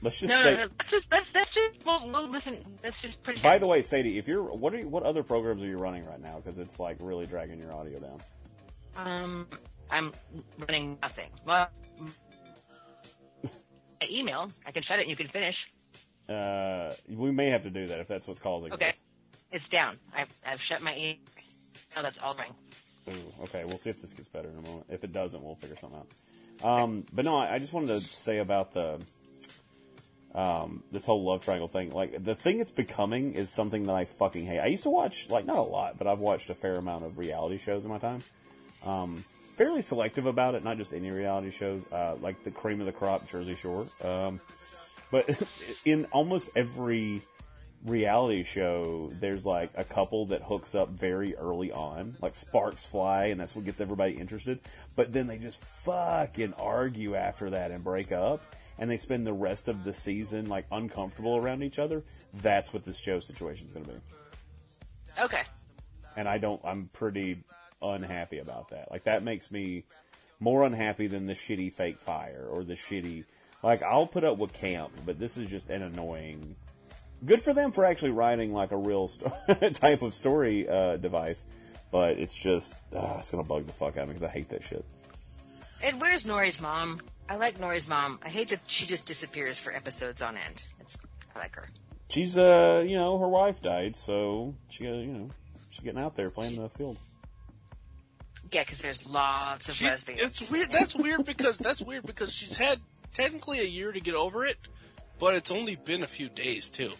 [SPEAKER 3] let's just
[SPEAKER 8] No,
[SPEAKER 3] say.
[SPEAKER 8] no, no. That's just that's that's just well, well listen, that's just pretty.
[SPEAKER 3] By the way, Sadie, if you're what are you, what other programs are you running right now? Because it's like really dragging your audio down.
[SPEAKER 8] um, I'm running nothing. Well, my email. I can shut it. and You can finish.
[SPEAKER 3] Uh, we may have to do that if that's what's causing
[SPEAKER 8] Okay,
[SPEAKER 3] this.
[SPEAKER 8] it's down. I've I've shut my email. Oh, that's all running.
[SPEAKER 3] Ooh, okay, we'll see if this gets better in a moment. If it doesn't, we'll figure something out. Um, but no, I, I just wanted to say about the um, this whole love triangle thing. Like the thing it's becoming is something that I fucking hate. I used to watch like not a lot, but I've watched a fair amount of reality shows in my time. Um, fairly selective about it, not just any reality shows. Uh, like the cream of the crop, Jersey Shore. Um, but in almost every reality show, there's like a couple that hooks up very early on, like sparks fly, and that's what gets everybody interested. But then they just fucking argue after that and break up, and they spend the rest of the season like uncomfortable around each other. That's what this show situation's going to be,
[SPEAKER 4] Okay.
[SPEAKER 3] and I don't. I'm pretty unhappy about that. Like that makes me more unhappy than the shitty fake fire or the shitty. Like I'll put up with camp, but this is just an annoying good for them for actually writing like a real sto- type of story uh, device. But it's just uh, it's gonna bug the fuck out of me because I hate that shit.
[SPEAKER 4] And where's Nori's mom? I like Nori's mom. I hate that she just disappears for episodes on end. It's I like her.
[SPEAKER 3] She's uh you know her wife died, so she uh, you know she's getting out there playing the field.
[SPEAKER 4] Yeah, because there's lots of
[SPEAKER 5] She-
[SPEAKER 4] lesbians.
[SPEAKER 5] It's weird. That's weird because that's weird because she's had technically a year to get over it, but it's only been a few days too.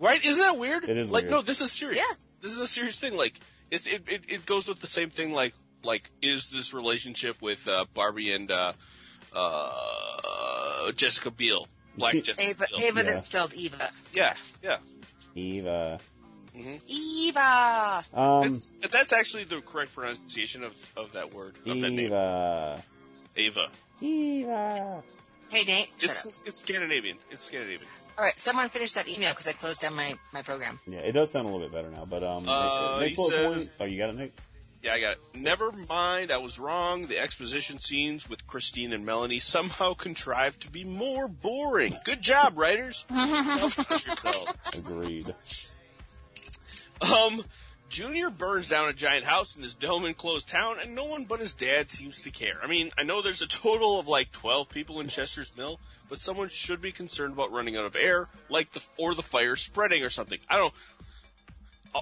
[SPEAKER 5] Right? Isn't that weird?
[SPEAKER 3] It is
[SPEAKER 5] Like
[SPEAKER 3] weird.
[SPEAKER 5] no, this is serious.
[SPEAKER 4] Yeah.
[SPEAKER 5] this is a serious thing. Like it's, it, it it goes with the same thing. Like like is this relationship with uh, Barbie and uh, uh, Jessica Biel, Black Jessica
[SPEAKER 4] Ava,
[SPEAKER 5] Biel?
[SPEAKER 4] Ava
[SPEAKER 3] Yeah.
[SPEAKER 4] that's spelled Eva.
[SPEAKER 5] Yeah, yeah.
[SPEAKER 3] Eva.
[SPEAKER 4] Eva.
[SPEAKER 3] Um,
[SPEAKER 5] That's that's actually the correct pronunciation of, of that word of that name.
[SPEAKER 3] Eva.
[SPEAKER 5] Ava.
[SPEAKER 3] Eva.
[SPEAKER 4] Hey, Nate. Shut up.
[SPEAKER 5] It's it's Scandinavian. It's Scandinavian.
[SPEAKER 4] All right, someone finish that email because I closed down my, my program.
[SPEAKER 3] Yeah, it does sound a little bit better now, but um,
[SPEAKER 5] Uh,
[SPEAKER 3] next
[SPEAKER 5] he
[SPEAKER 3] bullet point-
[SPEAKER 5] says-
[SPEAKER 3] Oh, you got it, Nick.
[SPEAKER 5] Yeah, I got it. Never mind, I was wrong. The exposition scenes with Christine and Melanie somehow contrived to be more boring. Good job, writers.
[SPEAKER 3] Agreed.
[SPEAKER 5] um, Junior burns down a giant house in this dome enclosed town, and no one but his dad seems to care. I mean, I know there's a total of like 12 people in Chester's Mill, but someone should be concerned about running out of air, like the or the fire spreading or something. I don't. Oh,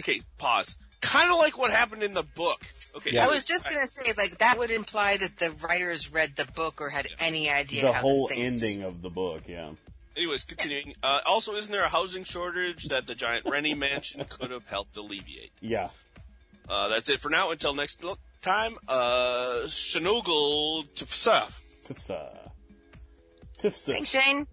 [SPEAKER 5] okay, pause. Kind of like what happened in the book. Okay,
[SPEAKER 3] Yeah.
[SPEAKER 4] I was just gonna say, like that would imply that the writers read the book or had any idea
[SPEAKER 3] the
[SPEAKER 4] how
[SPEAKER 3] whole
[SPEAKER 4] this thing works.
[SPEAKER 3] ending of the book, yeah.
[SPEAKER 5] Anyways, continuing. Uh, also, isn't there a housing shortage that the giant Rennie mansion could have helped alleviate?
[SPEAKER 3] Yeah.
[SPEAKER 5] Uh, that's it for now. Until next lo- time, uh, Shinogul Tufsa.
[SPEAKER 3] Tifsa. Tifsa.
[SPEAKER 4] Thanks, Shane.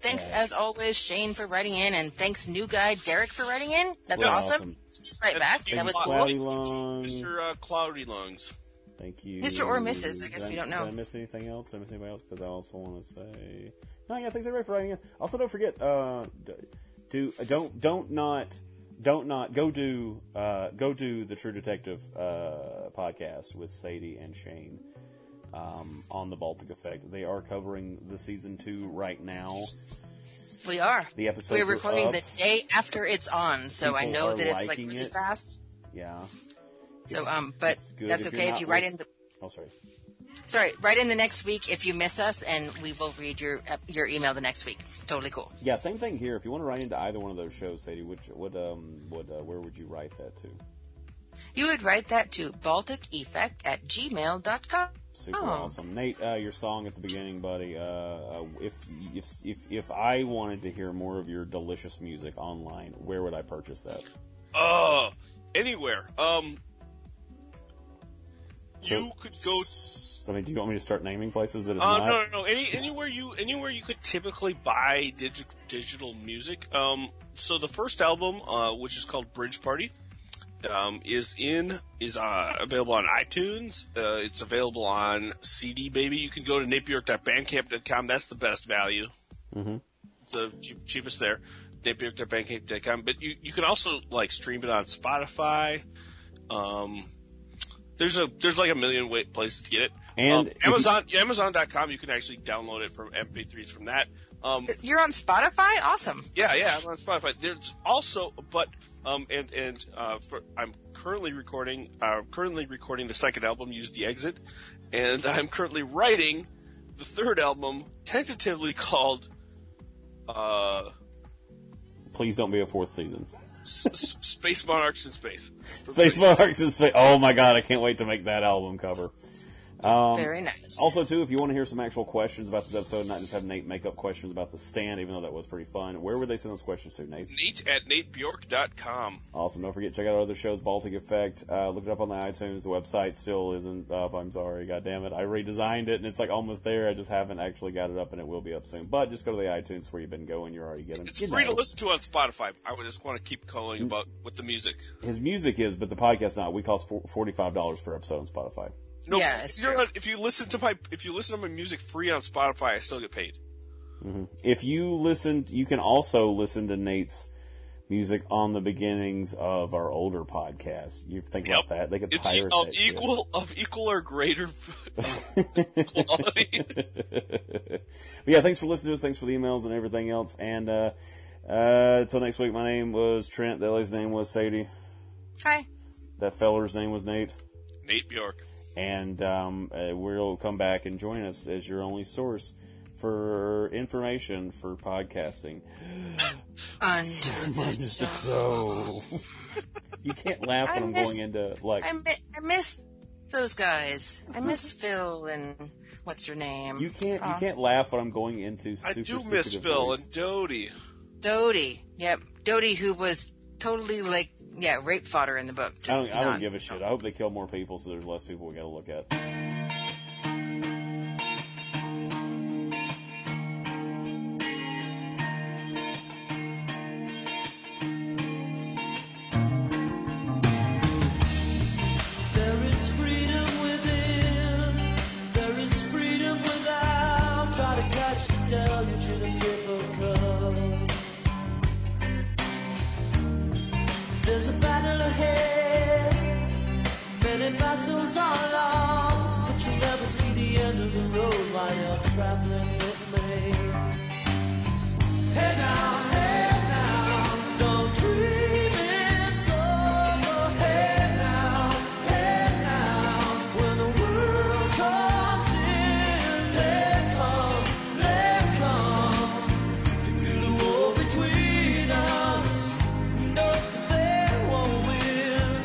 [SPEAKER 4] Thanks as always, Shane, for writing in, and thanks new guy Derek for writing in. That's
[SPEAKER 3] Yeah.
[SPEAKER 4] awesome.
[SPEAKER 3] Awesome.
[SPEAKER 4] Just right back. That was
[SPEAKER 5] Thanks,
[SPEAKER 4] cool.
[SPEAKER 3] Cloudy Lung.
[SPEAKER 5] Mr. Uh, Cloudy Lungs.
[SPEAKER 3] Thank you.
[SPEAKER 4] Mr. or Mrs., I guess
[SPEAKER 3] Did
[SPEAKER 4] we don't know.
[SPEAKER 3] Did I miss anything else? Did I miss anybody else? Because I also want to say. No, yeah, thanks everybody for writing in. Also, don't forget, uh, d- do, don't, don't not, don't not, go do, uh, go do the True Detective, uh, podcast with Sadie and Shane, um, on the Baltic Effect. They are covering the season two right now.
[SPEAKER 4] We are.
[SPEAKER 3] The episodes
[SPEAKER 4] We're
[SPEAKER 3] are
[SPEAKER 4] recording
[SPEAKER 3] up.
[SPEAKER 4] the day after it's on, so I
[SPEAKER 3] People
[SPEAKER 4] know
[SPEAKER 3] are
[SPEAKER 4] that it's like
[SPEAKER 3] liking
[SPEAKER 4] really
[SPEAKER 3] it.
[SPEAKER 4] fast.
[SPEAKER 3] Yeah.
[SPEAKER 4] So, um, but
[SPEAKER 3] It's good.
[SPEAKER 4] that's
[SPEAKER 3] If you're
[SPEAKER 4] okay if
[SPEAKER 3] not
[SPEAKER 4] you write
[SPEAKER 3] lis-
[SPEAKER 4] in the
[SPEAKER 3] Oh, sorry.
[SPEAKER 4] sorry, write in the next week if you miss us, and we will read your your email the next week. Totally cool.
[SPEAKER 3] Yeah, same thing here. If you want to write into either one of those shows, Sadie, which, what, um, what, uh, where would you write that to?
[SPEAKER 4] You would write that to balticeffect at gmail.com.
[SPEAKER 3] Super
[SPEAKER 4] Oh.
[SPEAKER 3] awesome, Nate. Uh, your song at the beginning, buddy. Uh, uh, if if if if I wanted to hear more of your delicious music online, where would I purchase that?
[SPEAKER 5] Uh, anywhere. Um, you
[SPEAKER 3] So-
[SPEAKER 5] could go.
[SPEAKER 3] I mean, do you want me to start naming places that it's
[SPEAKER 5] Uh,
[SPEAKER 3] not?
[SPEAKER 5] no, no, no. Any, anywhere you anywhere you could typically buy digi- digital music. Um, so the first album, uh, which is called Bridge Party, um, is in is uh, available on iTunes. Uh, it's available on CD Baby. You can go to napierk.bandcamp.com. That's the best value. Mm-hmm. It's the cheap, cheapest there. napierk.bandcamp.com. But you you can also like stream it on Spotify. Um. There's a there's like a million wa places to get it.
[SPEAKER 3] And
[SPEAKER 5] Um,
[SPEAKER 3] if you-
[SPEAKER 5] Amazon Amazon.com. You can actually download it from MP3s from that. Um,
[SPEAKER 4] You're on Spotify? Awesome.
[SPEAKER 5] yeah, yeah, I'm on Spotify. There's also, but um, and and uh, for, I'm currently recording. Uh, currently recording the second album, Use the Exit, and I'm currently writing the third album, tentatively called uh,
[SPEAKER 3] Please don't be a fourth season.
[SPEAKER 5] S- S- Space Monarchs in Space.
[SPEAKER 3] Space Marks and Space. Oh my god, I can't wait to make that album cover. Um,
[SPEAKER 4] Very nice.
[SPEAKER 3] Also, too, if you want to hear some actual questions about this episode, not just have Nate make up questions about the stand, even though that was pretty fun. Where would they send those questions to, Nate?
[SPEAKER 5] Nate at NateBjork.com.
[SPEAKER 3] Awesome. Don't forget, check out our other shows, Baltic Effect. Uh, look it up on the iTunes. The website still isn't up. I'm sorry. God damn it. I redesigned it and it's like almost there. I just haven't actually got it up and it will be up soon. But just go to the iTunes where you've been going. You're already getting
[SPEAKER 5] It's
[SPEAKER 3] you
[SPEAKER 5] free
[SPEAKER 3] know.
[SPEAKER 5] to listen to on Spotify. I would just want to keep calling
[SPEAKER 3] Mm.
[SPEAKER 5] about with the music.
[SPEAKER 3] His music is, but the podcast not. We cost four- $45 per episode on Spotify.
[SPEAKER 5] No,
[SPEAKER 4] Yeah,
[SPEAKER 5] if,
[SPEAKER 4] it's
[SPEAKER 5] you're
[SPEAKER 4] true.
[SPEAKER 5] on- if you listen to my if you listen to my music free on Spotify, I still get paid.
[SPEAKER 3] If you listened, you can also listen to Nate's music on the beginnings of our older podcast. You think about
[SPEAKER 5] Yep.
[SPEAKER 3] that. They could
[SPEAKER 5] It's e-
[SPEAKER 3] pirate
[SPEAKER 5] of
[SPEAKER 3] that shit.
[SPEAKER 5] equal of equal or greater quality.
[SPEAKER 3] But yeah, thanks for listening to us. Thanks for the emails and everything else. And uh, uh, until next week, my name was Trent. That lady's name was Sadie.
[SPEAKER 4] Hi.
[SPEAKER 3] That feller's name was Nate.
[SPEAKER 5] Nate Bjork.
[SPEAKER 3] And um, uh, we'll come back and join us as your only source for information for podcasting.
[SPEAKER 4] Under the dome.
[SPEAKER 3] So you can't laugh when
[SPEAKER 4] I
[SPEAKER 3] I'm
[SPEAKER 4] miss-
[SPEAKER 3] going into like
[SPEAKER 4] I, mi- I miss those guys. I miss Phil and what's her name?
[SPEAKER 3] you can't you
[SPEAKER 4] Aw.
[SPEAKER 3] can't laugh when I'm going into. Super
[SPEAKER 5] I do miss
[SPEAKER 3] secretive
[SPEAKER 5] Phil
[SPEAKER 3] ways.
[SPEAKER 5] and Dodie.
[SPEAKER 4] Doty. Yep. Doty, who was totally like yeah, rape fodder in the book.
[SPEAKER 3] I
[SPEAKER 4] Just
[SPEAKER 3] don't, I don't
[SPEAKER 4] not-
[SPEAKER 3] give a shit. I hope they kill more people so there's less people we got to look at.
[SPEAKER 2] There is freedom within. There is freedom without. Try to catch the deluge in a paper cup. There's a battle ahead. Many battles are lost, but you'll never see the end of the road while you're traveling with me. Hey now, hey now, don't dream it's over. Hey now, hey now, when the world comes in, they come, they come to build a wall between us. No, they won't win.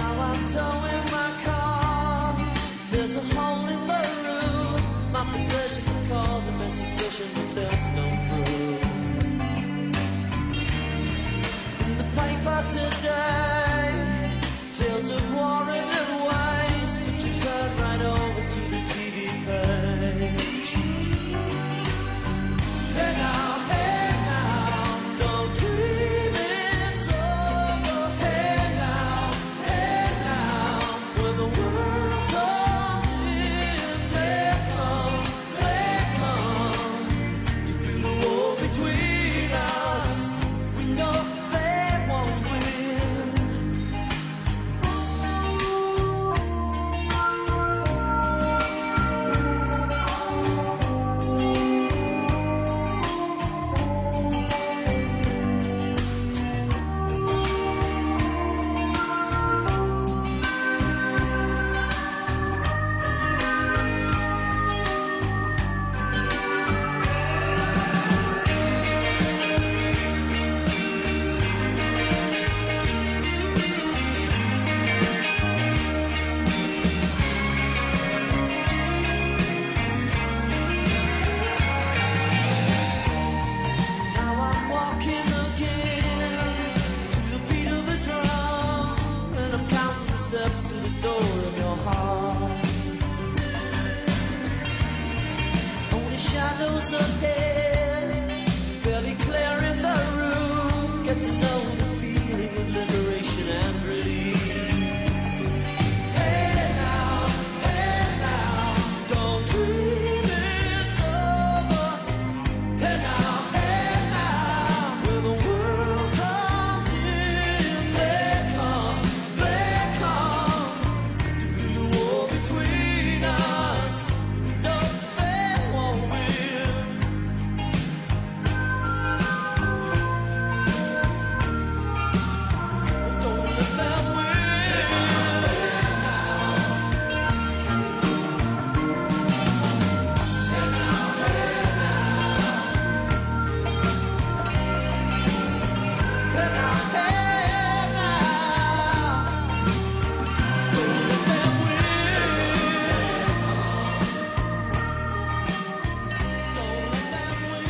[SPEAKER 2] Now I'm towing my car. There's a hole in the roof. My possessions are causing me suspicion, but there's no proof. In the paper today, tales of war and waste. But you turn right over to the TV page. Hey now, hey now, don't dream it's over. Hey now. When the world comes in, they come, they come to build a wall between us. We know they won't win. Now I'm walking again to the beat of a drum, and I'm counting the steps to the door of your heart. Only shadows ahead, barely clear in the room. Get to know the feeling of liberation and release. Hey now, hey now, don't dream it's over. Hey now, hey now, when the world comes in, they come, they come to build a wall between us. No, they won't win. Don't let them win. Hey now, hey now, don't let them win. Don't let them win.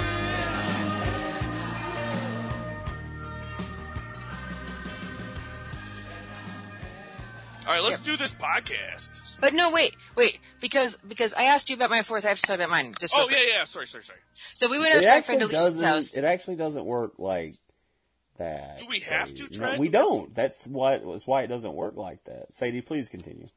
[SPEAKER 5] All right, let's do this podcast.
[SPEAKER 4] But no, wait, wait, because because I asked you about my fourth, I have to talk about mine. Just real
[SPEAKER 5] Oh
[SPEAKER 4] quick.
[SPEAKER 5] yeah, yeah. Sorry, sorry, sorry.
[SPEAKER 4] So we went out
[SPEAKER 3] It
[SPEAKER 4] to my friend
[SPEAKER 3] actually
[SPEAKER 4] Alicia's house.
[SPEAKER 3] doesn't. It actually doesn't work like that.
[SPEAKER 5] Do we have to,
[SPEAKER 3] Sadie. No,
[SPEAKER 5] Trent?
[SPEAKER 3] we don't. That's why. That's why it doesn't work like that. Sadie, please continue.